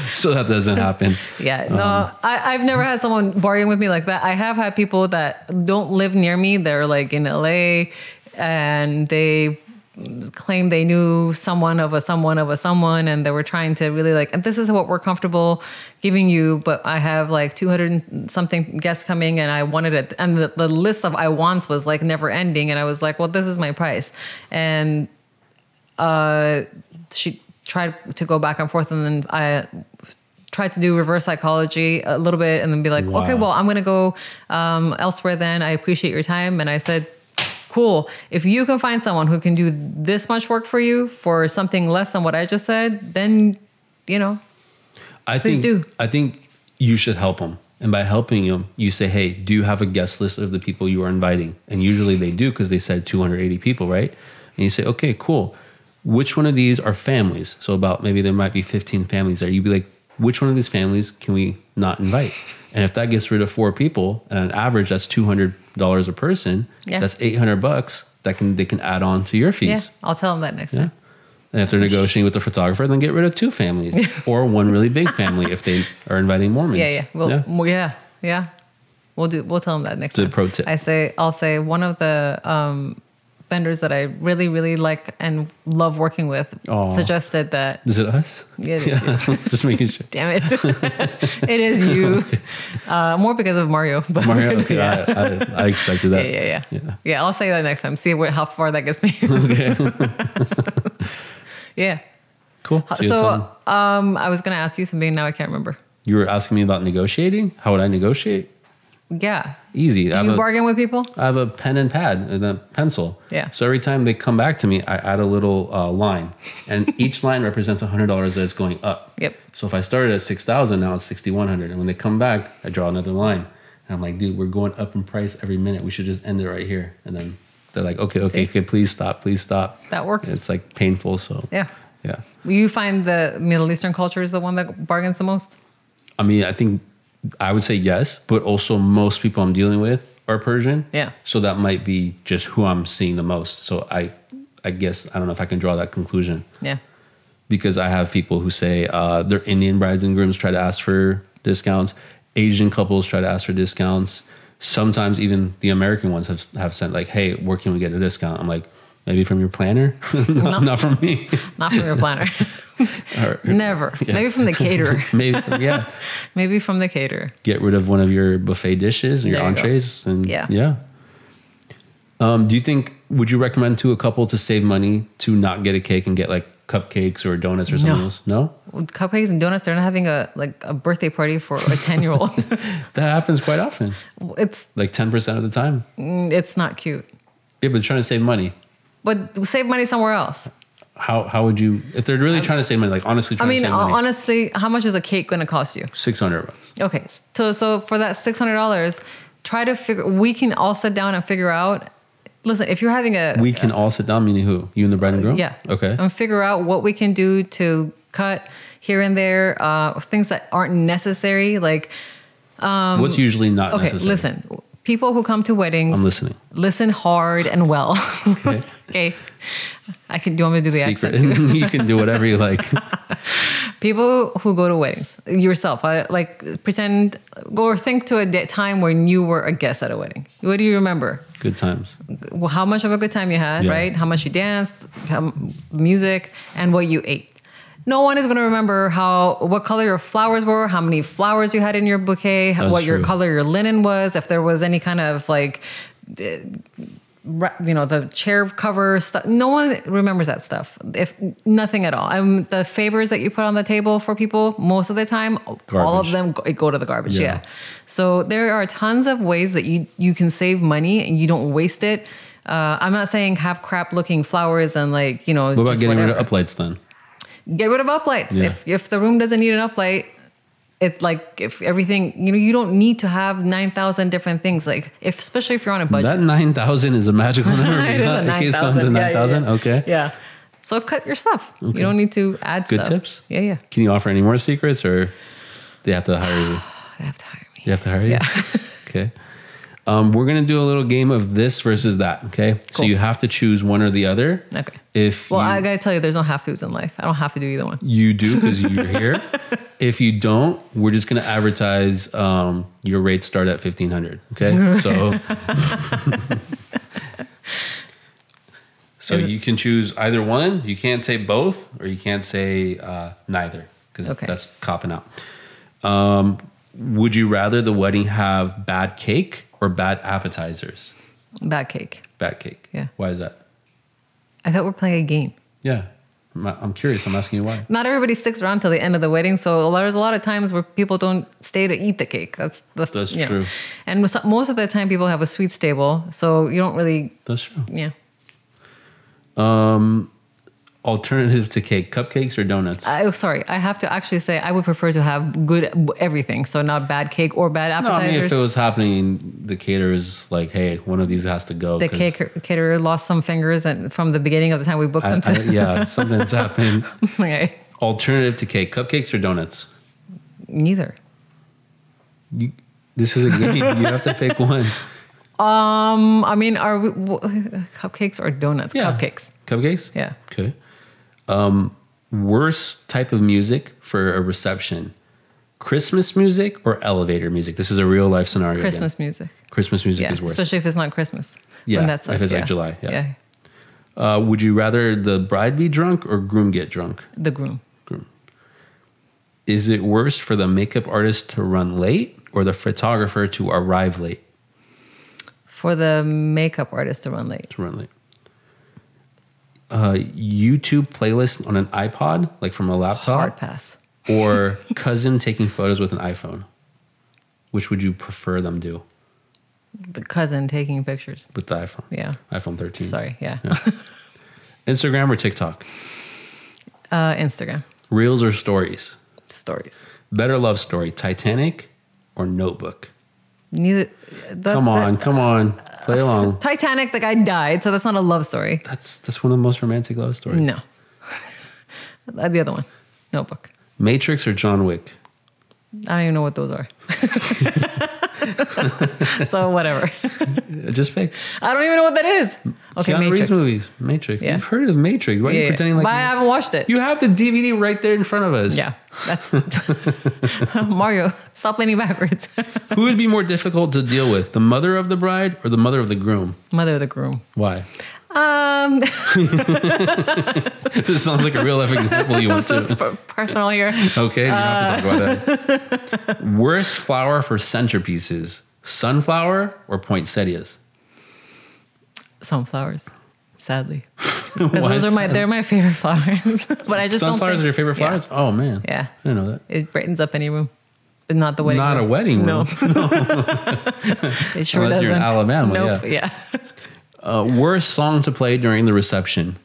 Speaker 1: [laughs] so that doesn't happen.
Speaker 2: yeah, no, I, I've never had someone bargain with me like that. I have had people that don't live near me. They're like in LA, and they claim they knew someone of a someone of a someone, and they were trying to really like. And this is what we're comfortable giving you, but I have like two hundred and something guests coming, and I wanted it. And the, the list of I wants was like never ending, and I was like, well, this is my price, and uh, she tried to go back and forth, and then I tried to do reverse psychology a little bit, and then be like,
Speaker 1: Wow.
Speaker 2: okay, well, I'm gonna go um, elsewhere. Then I appreciate your time, and I said. Cool. If you can find someone who can do this much work for you for something less than what I just said, then you know
Speaker 1: I
Speaker 2: Please
Speaker 1: think
Speaker 2: do.
Speaker 1: I think you should help them. And by helping them, you say, "Hey, do you have a guest list of the people you are inviting?" And usually they do because they said 280 people, right? And you say, "Okay, cool. Which one of these are families?" So about maybe there might be 15 families there. You'd be like, "Which one of these families can we not invite?" And if that gets rid of four people, and on average that's $200 a person,
Speaker 2: Yeah.
Speaker 1: that's 800 bucks that can they can add on to your fees.
Speaker 2: Yeah, I'll tell them that next
Speaker 1: Yeah.
Speaker 2: time.
Speaker 1: And if they're negotiating with the photographer, then get rid of two families [laughs] or one really big family if they are inviting Mormons.
Speaker 2: Yeah, yeah. We'll, yeah, yeah, We'll do. We'll tell them that next
Speaker 1: It's a
Speaker 2: time.
Speaker 1: pro tip.
Speaker 2: I say, I'll say one of the um, vendors that I really, really like and love working with
Speaker 1: Aw.
Speaker 2: suggested that.
Speaker 1: Is it us?
Speaker 2: Yeah, it is
Speaker 1: [laughs] Just making sure.
Speaker 2: Damn
Speaker 1: [laughs]
Speaker 2: it! [laughs] it is you. Uh, more because of Mario, but [laughs]
Speaker 1: Mario, okay, I, I, I expected
Speaker 2: yeah,
Speaker 1: that.
Speaker 2: yeah, yeah, yeah. I'll say that next time. See what, how far that
Speaker 1: [laughs]
Speaker 2: gets me. [laughs]
Speaker 1: Okay.
Speaker 2: yeah.
Speaker 1: Cool. you'll
Speaker 2: So,
Speaker 1: tell them.
Speaker 2: um, I was gonna ask you something. Now I can't remember.
Speaker 1: you were asking me about negotiating. How would I negotiate?
Speaker 2: Yeah.
Speaker 1: Easy. I
Speaker 2: Do
Speaker 1: have
Speaker 2: you
Speaker 1: a-
Speaker 2: bargain with people?
Speaker 1: I have a pen and pad and a pencil.
Speaker 2: Yeah.
Speaker 1: So every time they come back to me, I add a little uh, line,
Speaker 2: [laughs]
Speaker 1: and each line represents hundred dollars that's going up.
Speaker 2: Yep.
Speaker 1: So if I started at six thousand, now it's sixty one hundred, and when they come back, I draw another line, and I'm like, dude, we're going up in price every minute. We should just end it right here, and then they're like, okay, okay, okay, please stop, please stop.
Speaker 2: That works.
Speaker 1: It's like painful, so
Speaker 2: Yeah.
Speaker 1: yeah.
Speaker 2: You find the Middle Eastern culture is the one that bargains the most?
Speaker 1: I mean, I think I would say yes, but also most people I'm dealing with are Persian.
Speaker 2: Yeah.
Speaker 1: So that might be just who I'm seeing the most. So I, I guess I don't know if I can draw that conclusion
Speaker 2: Yeah.
Speaker 1: because I have people who say uh, their Indian brides and grooms try to ask for discounts, Asian couples try to ask for discounts. sometimes even the American ones have, have sent like, hey, where can we get a discount? I'm like, maybe from your planner? [laughs] no, Not from me. [laughs]
Speaker 2: Not from your planner.
Speaker 1: Or-
Speaker 2: [laughs] Never.
Speaker 1: Yeah.
Speaker 2: Maybe from the
Speaker 1: [laughs]
Speaker 2: caterer.
Speaker 1: maybe from- yeah.
Speaker 2: Maybe from the caterer.
Speaker 1: Get rid of one of your buffet dishes and your
Speaker 2: There you go.
Speaker 1: entrees. And
Speaker 2: Yeah.
Speaker 1: Yeah. Um, do you think would you recommend to a couple to save money to not get a cake and get like cupcakes or donuts or something
Speaker 2: No.
Speaker 1: else? No?
Speaker 2: With Cupcakes and donuts, they're not having a like a birthday party for a 10
Speaker 1: [laughs]
Speaker 2: year old.
Speaker 1: That happens quite often.
Speaker 2: [laughs] it's
Speaker 1: Like ten percent of the time.
Speaker 2: it's not cute.
Speaker 1: Yeah, but trying to save money.
Speaker 2: But save money somewhere else.
Speaker 1: How how would you if they're really trying to save money, like honestly
Speaker 2: Um, I
Speaker 1: trying
Speaker 2: mean,
Speaker 1: to save
Speaker 2: hon-
Speaker 1: money?
Speaker 2: honestly, how much is a cake going to cost you?
Speaker 1: Six hundred bucks.
Speaker 2: Okay, so so for that six hundred dollars, try to figure. We can all sit down and figure out. Listen, if you're having a
Speaker 1: We can all sit down, meaning who? You and the bride and groom?
Speaker 2: yeah,
Speaker 1: Okay.
Speaker 2: and figure out what we can do to cut here and there, uh, things that aren't necessary. Like
Speaker 1: What's usually not
Speaker 2: Um, okay,
Speaker 1: necessary?
Speaker 2: listen, people who come to weddings,
Speaker 1: I'm listening.
Speaker 2: listen hard and well.
Speaker 1: [laughs] Okay.
Speaker 2: okay, I can. Do you want me to do the
Speaker 1: Secret.
Speaker 2: accent? Too?
Speaker 1: [laughs] you can do whatever you
Speaker 2: [laughs]
Speaker 1: like. [laughs]
Speaker 2: People who go to weddings, yourself, uh, like pretend or think to a da- time when you were a guest at a wedding. What do you remember?
Speaker 1: Good times.
Speaker 2: well, how much of a good time you had,
Speaker 1: Yeah.
Speaker 2: right? How much you danced, how, music, and what you ate. No one is going to remember how what color your flowers were, how many flowers you had in your bouquet,
Speaker 1: That's
Speaker 2: what your
Speaker 1: true.
Speaker 2: color your linen was, if there was any kind of like d- ra- you know the chair cover stuff no one remembers that stuff if nothing at all um, the favors that you put on the table for people most of the time all of
Speaker 1: Garbage.
Speaker 2: them go, go to the garbage
Speaker 1: Yeah.
Speaker 2: yeah. So there are tons of ways that you you can save money and you don't waste it. Uh, I'm not saying have crap looking flowers and like you know.
Speaker 1: What about
Speaker 2: just
Speaker 1: getting rid
Speaker 2: whatever.
Speaker 1: of uplights then?
Speaker 2: Get rid of uplights.
Speaker 1: Yeah.
Speaker 2: If if the room doesn't need an uplight, it like if everything you know you don't need to have nine thousand different things. Like if especially if you're on a budget.
Speaker 1: That nine thousand is a
Speaker 2: [laughs]
Speaker 1: magical number.
Speaker 2: It is
Speaker 1: huh?
Speaker 2: a
Speaker 1: It keeps going to
Speaker 2: 9,000. Yeah, yeah,
Speaker 1: nine
Speaker 2: yeah.
Speaker 1: thousand. Okay.
Speaker 2: yeah. So cut your stuff. You don't need to add
Speaker 1: Good
Speaker 2: stuff.
Speaker 1: tips.
Speaker 2: Yeah, yeah.
Speaker 1: Can you offer any more secrets, or they have to hire you?
Speaker 2: They have to hire me.
Speaker 1: You have to hire you. [laughs] okay. Um, we're gonna do a little game of this versus that. Okay. So
Speaker 2: Cool.
Speaker 1: you have to choose one or the other.
Speaker 2: Okay.
Speaker 1: If
Speaker 2: Well,
Speaker 1: you,
Speaker 2: I gotta tell you, there's no have tos in life. I don't have to do either one.
Speaker 1: You do because you're
Speaker 2: [laughs]
Speaker 1: here. if you don't, we're just gonna advertise. Um, your rates start at fifteen hundred. Okay,
Speaker 2: [laughs]
Speaker 1: so so you can choose either one. You can't say both, or you can't say uh, neither because
Speaker 2: Okay.
Speaker 1: that's copping out. Um, would you rather the wedding have bad cake or bad appetizers?
Speaker 2: Bad cake.
Speaker 1: Bad cake.
Speaker 2: Yeah.
Speaker 1: Why is that?
Speaker 2: I thought we're playing a game.
Speaker 1: Yeah. I'm, I'm curious. I'm asking you why.
Speaker 2: not everybody sticks around till the end of the wedding. So a lot- there's a lot of times where people don't stay to eat the cake. That's the,
Speaker 1: That's
Speaker 2: you know.
Speaker 1: true.
Speaker 2: And with- most of the time, people have a sweet table, so you don't really,
Speaker 1: That's true.
Speaker 2: yeah.
Speaker 1: alternative to cake cupcakes or donuts
Speaker 2: I, oh, sorry, I have to actually say I would prefer to have good everything, so not bad cake or bad
Speaker 1: no i mean
Speaker 2: appetizers.
Speaker 1: if it was happening the caterer's like hey one of these has to go
Speaker 2: the
Speaker 1: 'cause
Speaker 2: cater- caterer lost some fingers, and from the beginning of the time we booked
Speaker 1: I-
Speaker 2: them
Speaker 1: I-
Speaker 2: to. [laughs]
Speaker 1: yeah something's happened
Speaker 2: Okay.
Speaker 1: alternative to cake cupcakes or donuts
Speaker 2: Neither.
Speaker 1: you, this is a game you have to [laughs] pick one
Speaker 2: Um, I mean, are we, w- cupcakes or donuts?
Speaker 1: Yeah.
Speaker 2: Cupcakes.
Speaker 1: cupcakes
Speaker 2: Yeah.
Speaker 1: okay um worst type of music for a reception christmas music or elevator music this is a real life scenario again.
Speaker 2: Christmas music.
Speaker 1: christmas music
Speaker 2: Yeah,
Speaker 1: is worse
Speaker 2: especially if it's not Christmas.
Speaker 1: Yeah,
Speaker 2: When that's
Speaker 1: if it's, like, July, yeah.
Speaker 2: yeah.
Speaker 1: uh, would you rather the bride be drunk or groom get drunk
Speaker 2: the groom.
Speaker 1: Is it worse for the makeup artist to run late or the photographer to arrive late?
Speaker 2: for the makeup artist to run late.
Speaker 1: To run late. Uh, YouTube playlist on an iPod, like from a
Speaker 2: Hard [laughs]
Speaker 1: laptop,
Speaker 2: pass.
Speaker 1: or cousin taking photos with an iPhone. Which would you prefer them do
Speaker 2: The cousin taking pictures.
Speaker 1: with the iPhone?
Speaker 2: Yeah.
Speaker 1: iPhone 13.
Speaker 2: Sorry. Yeah.
Speaker 1: Instagram or TikTok?
Speaker 2: [laughs] Uh, Instagram
Speaker 1: Reels or stories?
Speaker 2: stories.
Speaker 1: Better love story, Titanic or Notebook?
Speaker 2: Neither. the-
Speaker 1: Come
Speaker 2: the-
Speaker 1: on, come on,
Speaker 2: uh,
Speaker 1: play along.
Speaker 2: [laughs] Titanic. The guy died, so that's not a love story.
Speaker 1: That's that's one of the most romantic love stories.
Speaker 2: No. [laughs] Uh, the other one, Notebook.
Speaker 1: Matrix or John Wick?
Speaker 2: I don't even know what those are. [laughs] so whatever.
Speaker 1: Just pick. Uh,
Speaker 2: I don't even know what that is. Okay,
Speaker 1: Keanu
Speaker 2: Matrix.
Speaker 1: Reeves movies. Matrix.
Speaker 2: Yeah.
Speaker 1: You've heard of Matrix. Why are
Speaker 2: Yeah,
Speaker 1: you
Speaker 2: yeah.
Speaker 1: pretending like
Speaker 2: but I haven't watched it.
Speaker 1: [laughs] you have the DVD right there in front of us?
Speaker 2: yeah,
Speaker 1: [laughs]
Speaker 2: that's [laughs] Mario. Stop leaning backwards.
Speaker 1: Who would be more difficult to deal with, the mother of the bride or the mother of the groom?
Speaker 2: Mother of the groom.
Speaker 1: Why? [laughs]
Speaker 2: Um, [laughs]
Speaker 1: This sounds like a real life example you
Speaker 2: [laughs]
Speaker 1: want
Speaker 2: this is
Speaker 1: to.
Speaker 2: personal here.
Speaker 1: Okay, we don't have to talk about
Speaker 2: [laughs]
Speaker 1: that. Worst flower for centerpieces: sunflower or poinsettias? [laughs]
Speaker 2: Sunflowers,
Speaker 1: [laughs]
Speaker 2: sadly, because
Speaker 1: Why
Speaker 2: those are my
Speaker 1: sun-
Speaker 2: they're my favorite [laughs] flowers. but I just
Speaker 1: sunflowers are
Speaker 2: don't
Speaker 1: your
Speaker 2: think,
Speaker 1: favorite
Speaker 2: yeah.
Speaker 1: flowers. Oh man,
Speaker 2: Yeah.
Speaker 1: I didn't know that.
Speaker 2: It brightens up any room, but not the wedding.
Speaker 1: Not
Speaker 2: room.
Speaker 1: a wedding room.
Speaker 2: [laughs]
Speaker 1: [laughs]
Speaker 2: No, it sure
Speaker 1: Unless
Speaker 2: doesn't.
Speaker 1: you're in Alabama,
Speaker 2: nope.
Speaker 1: yeah.
Speaker 2: yeah.
Speaker 1: Uh, worst song to play during the reception: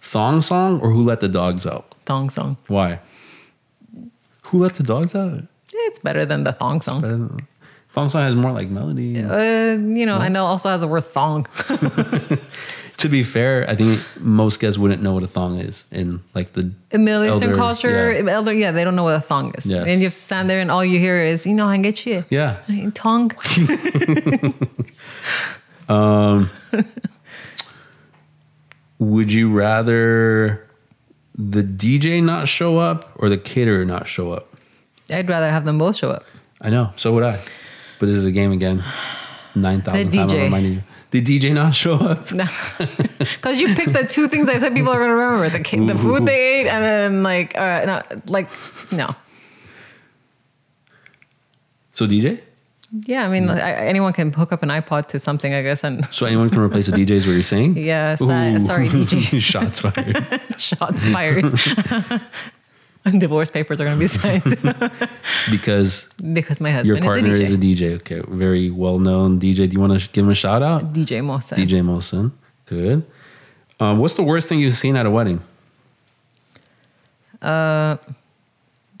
Speaker 1: thong song or who let the dogs out?
Speaker 2: Thong song.
Speaker 1: Why? Who let the dogs out?
Speaker 2: Yeah, It's better than the thong song.
Speaker 1: Better than- Thong song has more like melody.
Speaker 2: Uh, you know, I know also has the word thong.
Speaker 1: To be fair, I think most guests wouldn't know what a thong is in like the
Speaker 2: In Middle Eastern
Speaker 1: Elder,
Speaker 2: culture,
Speaker 1: yeah.
Speaker 2: elder, yeah, they don't know what a thong is.
Speaker 1: Yes.
Speaker 2: And you stand there and all you hear is, you know, hangechi.
Speaker 1: yeah.
Speaker 2: Tong.
Speaker 1: Would you rather the DJ not show up or the caterer not show up?
Speaker 2: I'd rather have them both show up.
Speaker 1: I know, so would I. But this is a game again. [sighs] Nine thousand times I'm
Speaker 2: DJ.
Speaker 1: reminding you. Did DJ not show up?
Speaker 2: No. [laughs] Because you picked the two things I said people are going to remember the, ca- the food they ate and then, like, uh, no, like, no.
Speaker 1: So DJ?
Speaker 2: Yeah, I mean,
Speaker 1: Mm.
Speaker 2: like, I, anyone can hook up an iPod to something, I guess, and [laughs]
Speaker 1: So anyone can replace the DJ is what you're saying?
Speaker 2: Yeah, si-
Speaker 1: Ooh. [laughs]
Speaker 2: sorry, DJs.
Speaker 1: Shots fired.
Speaker 2: [laughs] shots fired. [laughs] And Divorce papers are going to be signed [laughs]
Speaker 1: Because
Speaker 2: because my
Speaker 1: your
Speaker 2: husband
Speaker 1: partner
Speaker 2: is a DJ.
Speaker 1: is a DJ. Okay, very well known DJ. Do you want to give him a shout out?
Speaker 2: DJ Mosa.
Speaker 1: DJ Molson. Good. Uh, what's the worst thing you've seen at a wedding?
Speaker 2: Am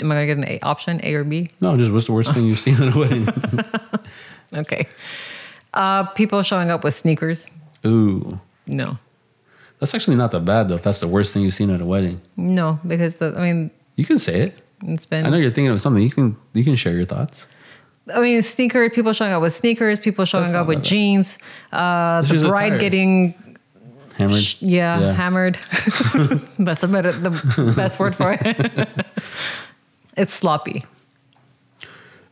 Speaker 2: I going to get an A option, A or B?
Speaker 1: No, just what's the worst thing you've seen at a
Speaker 2: [laughs]
Speaker 1: wedding?
Speaker 2: Okay. Uh, people showing up with sneakers.
Speaker 1: Ooh,
Speaker 2: No.
Speaker 1: that's actually not that bad though. If that's the worst thing you've seen at a wedding,
Speaker 2: No, because the, I mean,
Speaker 1: you can say it.
Speaker 2: it's
Speaker 1: I know
Speaker 2: been.
Speaker 1: you're thinking of something. You can you can share your thoughts.
Speaker 2: I mean, sneaker people showing up with sneakers, people showing
Speaker 1: That's
Speaker 2: up
Speaker 1: not
Speaker 2: with
Speaker 1: bad.
Speaker 2: jeans. Uh,
Speaker 1: It's
Speaker 2: the
Speaker 1: just
Speaker 2: bride
Speaker 1: attire.
Speaker 2: getting
Speaker 1: Hammered.
Speaker 2: sh- yeah,
Speaker 1: Yeah.
Speaker 2: hammered. [laughs] That's about it, the best word for it. [laughs] it's sloppy.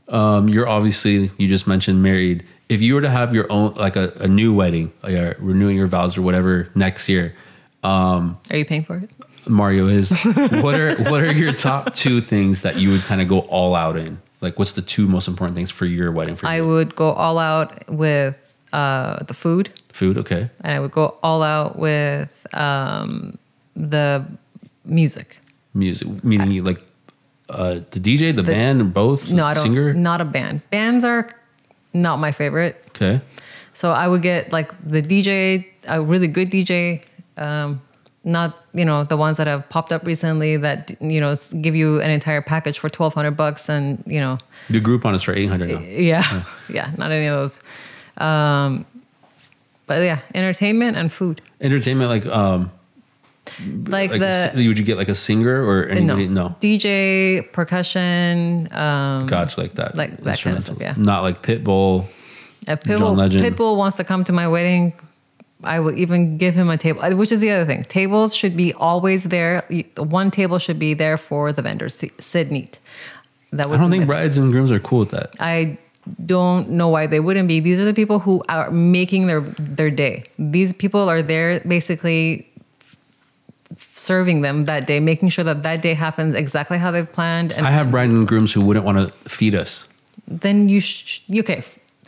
Speaker 1: Um, you're obviously you just mentioned married. If you were to have your own like a, a new wedding, like uh, renewing your vows or whatever next year,
Speaker 2: Are you paying for it?
Speaker 1: Mario
Speaker 2: [laughs]
Speaker 1: is. what are what are your top two things that you would kind of go all out in? Like, what's the two most important things for your wedding? For
Speaker 2: I
Speaker 1: you?
Speaker 2: would go all out with uh, the food,
Speaker 1: food, okay.
Speaker 2: and I would go all out with um, the music.
Speaker 1: music meaning you like uh the dj the, band both
Speaker 2: No, I don't.
Speaker 1: singer
Speaker 2: Not a band. Bands are not my favorite.
Speaker 1: okay
Speaker 2: So I would get like the DJ, a really good DJ, um, not you know the ones that have popped up recently that you know s- give you an entire package for twelve hundred bucks, and you know, [laughs]
Speaker 1: the group on is for 800
Speaker 2: Eh,
Speaker 1: now
Speaker 2: yeah, [laughs] yeah, not any of those. Um, but yeah, entertainment and food,
Speaker 1: entertainment like um
Speaker 2: like,
Speaker 1: like a
Speaker 2: the
Speaker 1: si- would you get like a singer or anybody no,
Speaker 2: DJ percussion. Um,
Speaker 1: gotcha like that
Speaker 2: Like that kind of
Speaker 1: instrumental.
Speaker 2: stuff, yeah.
Speaker 1: not like pitbull
Speaker 2: If Pitbull,
Speaker 1: John Legend.
Speaker 2: Pitbull wants to come to my wedding, I will even give him a table, uh, which is the other thing. Tables should be always there. You- One table should be there for the vendors to sit and eat. That would
Speaker 1: i don't think brides and grooms are cool with that
Speaker 2: I don't know why they wouldn't be. These are the people who are making their their day. These people are there basically serving them that day, making sure that that day happens exactly how they've planned. And
Speaker 1: i have brides and grooms who wouldn't want to feed us
Speaker 2: then you, sh- okay,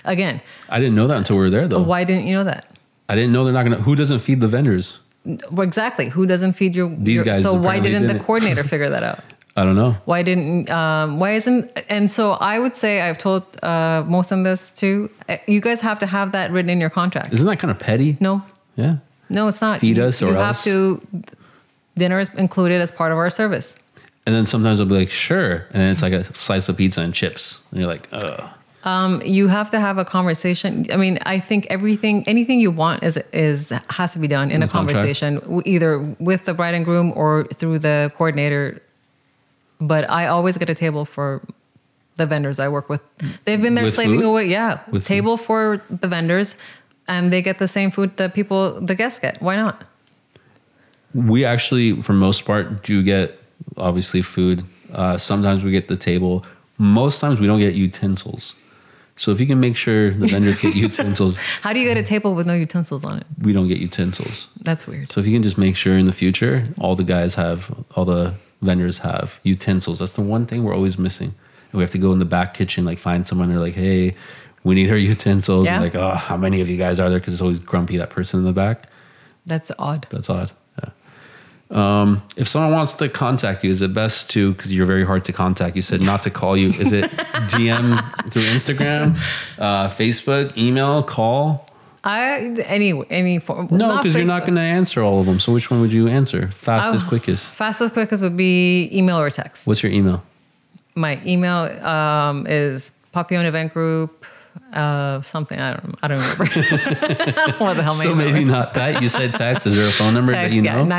Speaker 2: again,
Speaker 1: i didn't know that until we were there though
Speaker 2: why didn't you know that?
Speaker 1: i didn't know they're not gonna who doesn't feed the vendors
Speaker 2: Well, exactly. Who doesn't feed your
Speaker 1: These
Speaker 2: your-
Speaker 1: guys
Speaker 2: So why
Speaker 1: apparently
Speaker 2: didn't, the
Speaker 1: didn't. [laughs]
Speaker 2: coordinator figure that out?
Speaker 1: i don't know
Speaker 2: Why didn't? Um, why isn't? And so I would say I've told uh, most on this too. uh, You guys have to have that written in your contract.
Speaker 1: isn't that kind of petty
Speaker 2: no,
Speaker 1: yeah
Speaker 2: no, it's not.
Speaker 1: Feed
Speaker 2: you,
Speaker 1: us
Speaker 2: you
Speaker 1: or
Speaker 2: have
Speaker 1: else.
Speaker 2: to. Dinner is included as part of our service.
Speaker 1: and then sometimes i'll be like sure and then it's like a slice of pizza and chips and you're like ugh
Speaker 2: Um, you have to have a conversation. I mean, I think everything, anything you want is is has to be done in, a
Speaker 1: the contract.
Speaker 2: conversation, w- either with the bride and groom or through the coordinator. But I always get a table for the vendors I work with. They've been there
Speaker 1: With
Speaker 2: slaving
Speaker 1: food?
Speaker 2: away. Yeah,
Speaker 1: With food?
Speaker 2: table for the vendors. and they get the same food that people the guests get. Why not?
Speaker 1: We actually, for most part, do get obviously food. Uh, sometimes we get the table. Most times we don't get utensils. So if you can make sure the vendors get utensils,
Speaker 2: How do you get a table with no utensils on it?
Speaker 1: we don't get utensils.
Speaker 2: That's weird.
Speaker 1: So if you can just make sure in the future, all the guys have, all the vendors have utensils. That's the one thing we're always missing. And we have to go in the back kitchen, like find someone. They're like, hey, we need her [laughs] utensils.
Speaker 2: Yeah.
Speaker 1: And like, oh, how many of you guys are there? Because it's always grumpy that person in the back.
Speaker 2: That's odd.
Speaker 1: That's odd. Yeah. Um, if someone wants to contact you, is it best to because you're very hard to contact? You said not to call you. Is it DM through Instagram, uh, Facebook, email, call?
Speaker 2: I any any form.
Speaker 1: No, because you're not going to answer all of them. So which one would you answer? Fastest, quickest.
Speaker 2: Fastest, quickest would be email or text.
Speaker 1: What's your email?
Speaker 2: My email um, is Papillon Event Group. Uh, something I don't I don't remember. [laughs] I don't know what the hell my
Speaker 1: So
Speaker 2: email
Speaker 1: maybe
Speaker 2: is.
Speaker 1: not that. You said text. Is there a phone number
Speaker 2: text
Speaker 1: that you
Speaker 2: yeah
Speaker 1: know?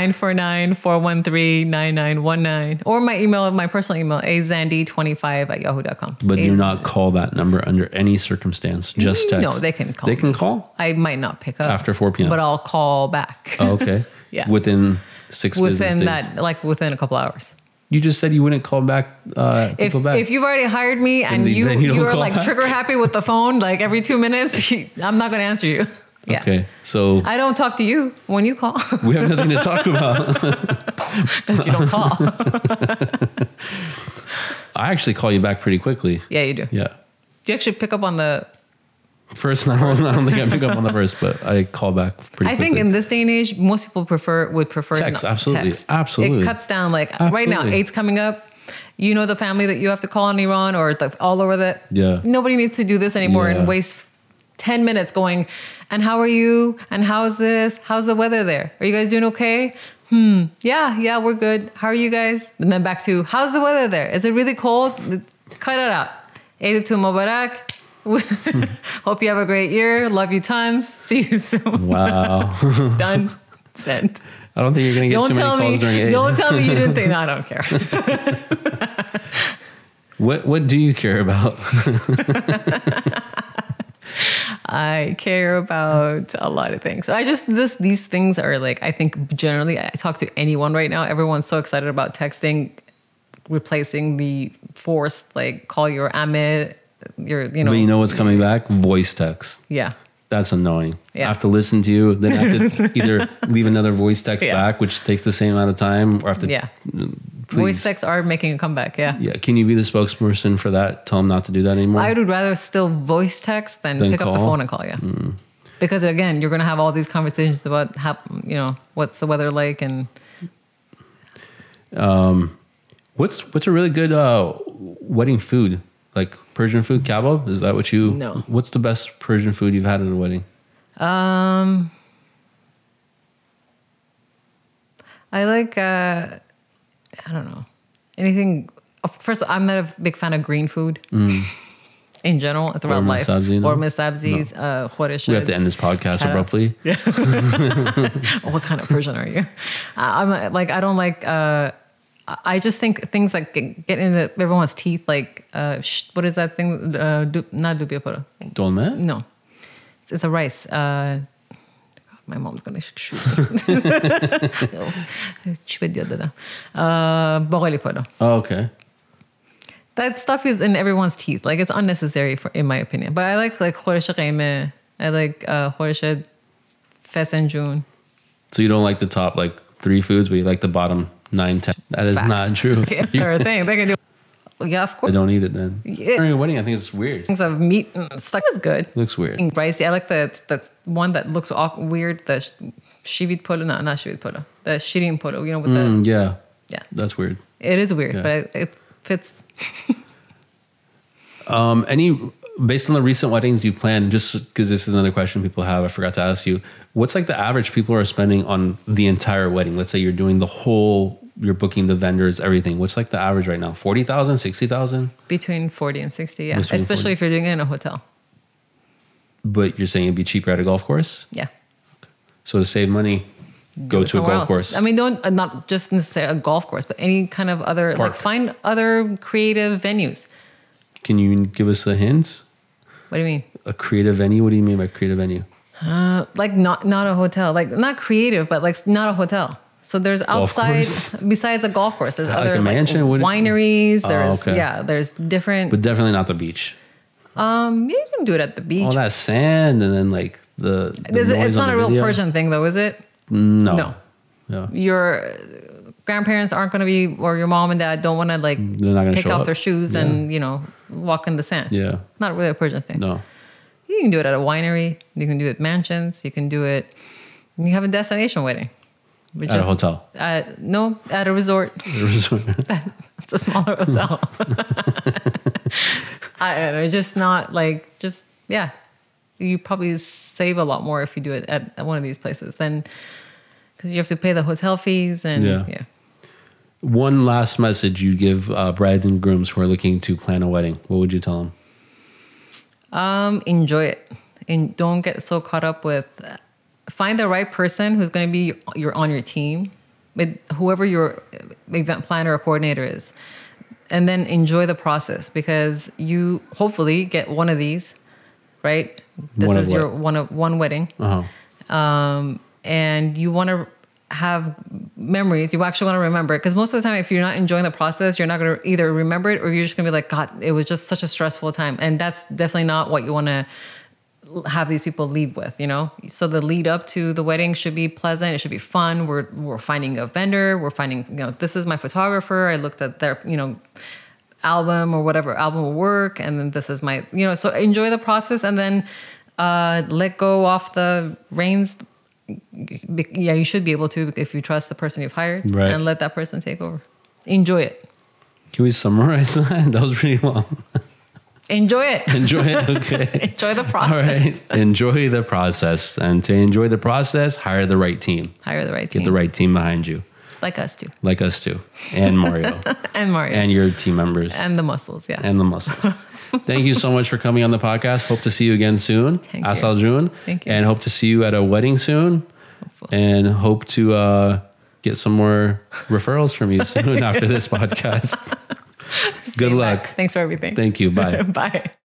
Speaker 2: 949-413-9919 or my email my personal email azandy25 at yahoo.com
Speaker 1: but do
Speaker 2: Az-
Speaker 1: not call that number under any circumstance. Just
Speaker 2: No,
Speaker 1: text.
Speaker 2: they can call
Speaker 1: They
Speaker 2: me.
Speaker 1: can
Speaker 2: [laughs]
Speaker 1: call.
Speaker 2: I might not pick up
Speaker 1: After 4 p.m..
Speaker 2: but I'll call back
Speaker 1: Oh,
Speaker 2: [laughs]
Speaker 1: okay.
Speaker 2: Yeah.
Speaker 1: Within six business
Speaker 2: within
Speaker 1: days.
Speaker 2: that like within a couple hours
Speaker 1: You just said you wouldn't call back. Uh,
Speaker 2: if,
Speaker 1: people back.
Speaker 2: if you've already hired me and
Speaker 1: the-
Speaker 2: you
Speaker 1: then you don't
Speaker 2: you're
Speaker 1: call
Speaker 2: like
Speaker 1: back.
Speaker 2: trigger happy with the phone like every two minutes [laughs] I'm not gonna answer
Speaker 1: [laughs]
Speaker 2: you yeah
Speaker 1: Okay, so
Speaker 2: I don't talk to you when you call [laughs]
Speaker 1: we have nothing to talk about. [laughs]
Speaker 2: because you don't call
Speaker 1: I actually call you back pretty quickly.
Speaker 2: yeah you do
Speaker 1: Yeah.
Speaker 2: you actually pick up on the
Speaker 1: First, [laughs] I don't I don't think I pick up on the first, but I call back pretty
Speaker 2: I
Speaker 1: quickly.
Speaker 2: think in this day and age, most people prefer would prefer
Speaker 1: Text,
Speaker 2: not-
Speaker 1: absolutely, absolutely.
Speaker 2: It cuts down. Like right now,
Speaker 1: Absolutely.
Speaker 2: eight's coming up. You know the family that you have to call on Iran or the, all over the.
Speaker 1: Yeah.
Speaker 2: Nobody needs to do this anymore
Speaker 1: Yeah.
Speaker 2: and waste ten minutes going. And how are you? And how's this? How's the weather there? Are you guys doing okay? Hmm. Yeah. Yeah, we're good. How are you guys? And then back to how's the weather there? Is it really cold? Cut it out. Eid to Mubarak. [laughs] Hope you have a great year. Love you tons. See you soon
Speaker 1: wow.
Speaker 2: [laughs] done sent
Speaker 1: I don't think you're going to get
Speaker 2: don't
Speaker 1: too many
Speaker 2: tell
Speaker 1: calls
Speaker 2: me
Speaker 1: during eight.
Speaker 2: don't tell me you
Speaker 1: [laughs]
Speaker 2: didn't think no, i don't care
Speaker 1: What What do you care about? [laughs]
Speaker 2: i care about a lot of things i just this these things are like i think generally i talk to anyone right now everyone's so excited about texting replacing the forced like call your amit your you know,
Speaker 1: But you know what's coming back? Voice text.
Speaker 2: yeah
Speaker 1: That's annoying.
Speaker 2: Yeah.
Speaker 1: I have to listen to you, then I have
Speaker 2: [laughs]
Speaker 1: to either leave another voice text
Speaker 2: Yeah.
Speaker 1: back, which takes the same amount of time, or I have to
Speaker 2: yeah voice
Speaker 1: please-
Speaker 2: texts are making a comeback yeah
Speaker 1: Yeah, can you be the spokesperson for that? Tell them not to do that anymore.
Speaker 2: I would rather still voice text than,
Speaker 1: Than
Speaker 2: pick up the
Speaker 1: Mm. call? Mm.
Speaker 2: phone and call you. Because again, you're going to have all these conversations about how, you know, what's the weather like and
Speaker 1: What's what's a really good uh, wedding food? Like Persian food, kebab? Is that what you?
Speaker 2: No.
Speaker 1: What's the best Persian food you've had at a wedding?
Speaker 2: um I like uh I don't know. Anything of first I'm not a big fan of green food.
Speaker 1: Mm.
Speaker 2: In general, throughout
Speaker 1: Horma
Speaker 2: life,
Speaker 1: sabzi, no?
Speaker 2: or Miss Abzi's, uh, Khorashed.
Speaker 1: We have to end this podcast
Speaker 2: Shout-outs.
Speaker 1: abruptly.
Speaker 2: Oh, what kind of person are you? [laughs] I, I'm like I don't like. Uh, I- I just think things like get, get into everyone's teeth. Like uh, sh- what is that thing? Uh, du- not dubia pora.
Speaker 1: Dolma?
Speaker 2: No, it's, it's a rice. Uh, my mom's gonna sh- shoot
Speaker 1: [laughs]
Speaker 2: [laughs] me. Çipe diyor dede. Uh, boğali pora.
Speaker 1: Oh, okay.
Speaker 2: That stuff is in everyone's teeth. Like it's unnecessary, for, in my opinion. But I like like خورش قیمه. I like uh, خورش فسنجون.
Speaker 1: So you don't like the top like three foods, but you like the bottom nine, ten. That is
Speaker 2: Fact.
Speaker 1: not
Speaker 2: [laughs]
Speaker 1: true.
Speaker 2: Okay,
Speaker 1: You-
Speaker 2: or a thing. They can do. Yeah, of
Speaker 1: I
Speaker 2: course.
Speaker 1: don't eat it then.
Speaker 2: Yeah.
Speaker 1: During a wedding, I think it's weird.
Speaker 2: Things of meat and stuff is good.
Speaker 1: looks weird.
Speaker 2: Fucking Rice. I like the the one that looks aw- weird. The sh- shivit polo, no, not shivit polo. The shirin polo. You know, with
Speaker 1: Mm, yeah,
Speaker 2: the yeah,
Speaker 1: that's weird.
Speaker 2: it is weird,
Speaker 1: Yeah.
Speaker 2: but it, it fits.
Speaker 1: Um, any based on the recent weddings you planned, just because this is another question people have, I forgot to ask you. What's like the average people are spending on the entire wedding? Let's say you're doing the whole, you're booking the vendors, everything. What's like the average right now? 40,000, 60,000?
Speaker 2: Between forty and sixty, yeah.
Speaker 1: Between 40.
Speaker 2: Especially if you're doing it in a hotel,
Speaker 1: But you're saying it'd be cheaper at a golf course.
Speaker 2: yeah.
Speaker 1: So to save money, go to a
Speaker 2: Somewhere
Speaker 1: golf
Speaker 2: else.
Speaker 1: course.
Speaker 2: I mean, don't uh, not just necessarily a golf course, but any kind of other
Speaker 1: Park.
Speaker 2: like find other creative venues.
Speaker 1: Can you give us a hint?
Speaker 2: What do you mean?
Speaker 1: A creative venue? What do you mean by creative venue?
Speaker 2: Uh, like not not a hotel, like not creative, but like not a hotel. So there's
Speaker 1: Golf
Speaker 2: outside
Speaker 1: course?
Speaker 2: besides a golf course. There's
Speaker 1: Like
Speaker 2: other
Speaker 1: a
Speaker 2: like,
Speaker 1: mansion? What-
Speaker 2: wineries.
Speaker 1: Oh,
Speaker 2: There's
Speaker 1: okay.
Speaker 2: yeah. There's different.
Speaker 1: but definitely not the beach.
Speaker 2: um, you can do it at the beach.
Speaker 1: All that sand and then like the, the
Speaker 2: There's-
Speaker 1: noise
Speaker 2: it's
Speaker 1: on
Speaker 2: not
Speaker 1: the
Speaker 2: a real
Speaker 1: video.
Speaker 2: Persian thing though, is it?
Speaker 1: No.
Speaker 2: No.
Speaker 1: Yeah.
Speaker 2: Your grandparents aren't going to be, or your mom and dad don't want to like
Speaker 1: They're not gonna
Speaker 2: take
Speaker 1: show
Speaker 2: off
Speaker 1: up.
Speaker 2: their shoes and you know walk in the sand.
Speaker 1: Yeah.
Speaker 2: Not really a Persian thing.
Speaker 1: No.
Speaker 2: You can do it at a winery. You can do it at mansions. You can do it. You have a destination wedding. Which
Speaker 1: At a hotel.
Speaker 2: At, no, at a resort. [laughs]
Speaker 1: There was-
Speaker 2: It's
Speaker 1: [laughs]
Speaker 2: a smaller hotel. [laughs] I don't know. It's Just not like, just, yeah. You probably save a lot more if you do it at, at one of these places than because you have to pay the hotel fees and
Speaker 1: Yeah.
Speaker 2: yeah.
Speaker 1: [laughs] One last message you give uh, brides and grooms who are looking to plan a wedding. What would you tell them?
Speaker 2: Um, enjoy it and don't get so caught up with find the right person who's going to be you're on your team with whoever your event planner or coordinator is and then enjoy the process because you hopefully get one of these right this
Speaker 1: One of
Speaker 2: is your
Speaker 1: what?
Speaker 2: one of one wedding
Speaker 1: Uh huh.
Speaker 2: um, and you want to have memories you actually want to remember because most of the time if you're not enjoying the process you're not going to either remember it or you're just going to be like god it was just such a stressful time and that's definitely not what you want to have these people leave with you know so the lead up to the wedding should be pleasant it should be fun we're we're finding a vendor we're finding you know this is my photographer i looked at their you know album or whatever album will work and then this is my you know so enjoy the process and then uh let go off the reins Be- yeah you should be able to if you trust the person you've hired
Speaker 1: Right.
Speaker 2: and let that person take over enjoy it
Speaker 1: Can we summarize [laughs] that? That was pretty long. [laughs]
Speaker 2: enjoy it [laughs]
Speaker 1: Enjoy it. Okay.
Speaker 2: enjoy the
Speaker 1: All
Speaker 2: process
Speaker 1: right. Enjoy the process. And to enjoy the process, hire the right team.
Speaker 2: hire the right
Speaker 1: Get
Speaker 2: team
Speaker 1: the right team behind you,
Speaker 2: like us too
Speaker 1: like us too, and Mario,
Speaker 2: and mario and,
Speaker 1: and your team members,
Speaker 2: the muscles yeah
Speaker 1: and the
Speaker 2: [laughs]
Speaker 1: muscles. Thank you so much for coming on the podcast. Hope to see you again soon.
Speaker 2: Thank you.
Speaker 1: Asal June.
Speaker 2: Thank you.
Speaker 1: And hope to see you at a wedding soon. And hope to uh, get some more referrals from
Speaker 2: [laughs]
Speaker 1: you soon after this podcast. Good
Speaker 2: Same
Speaker 1: luck.
Speaker 2: back. thanks for everything
Speaker 1: Thank you. Bye.
Speaker 2: [laughs] bye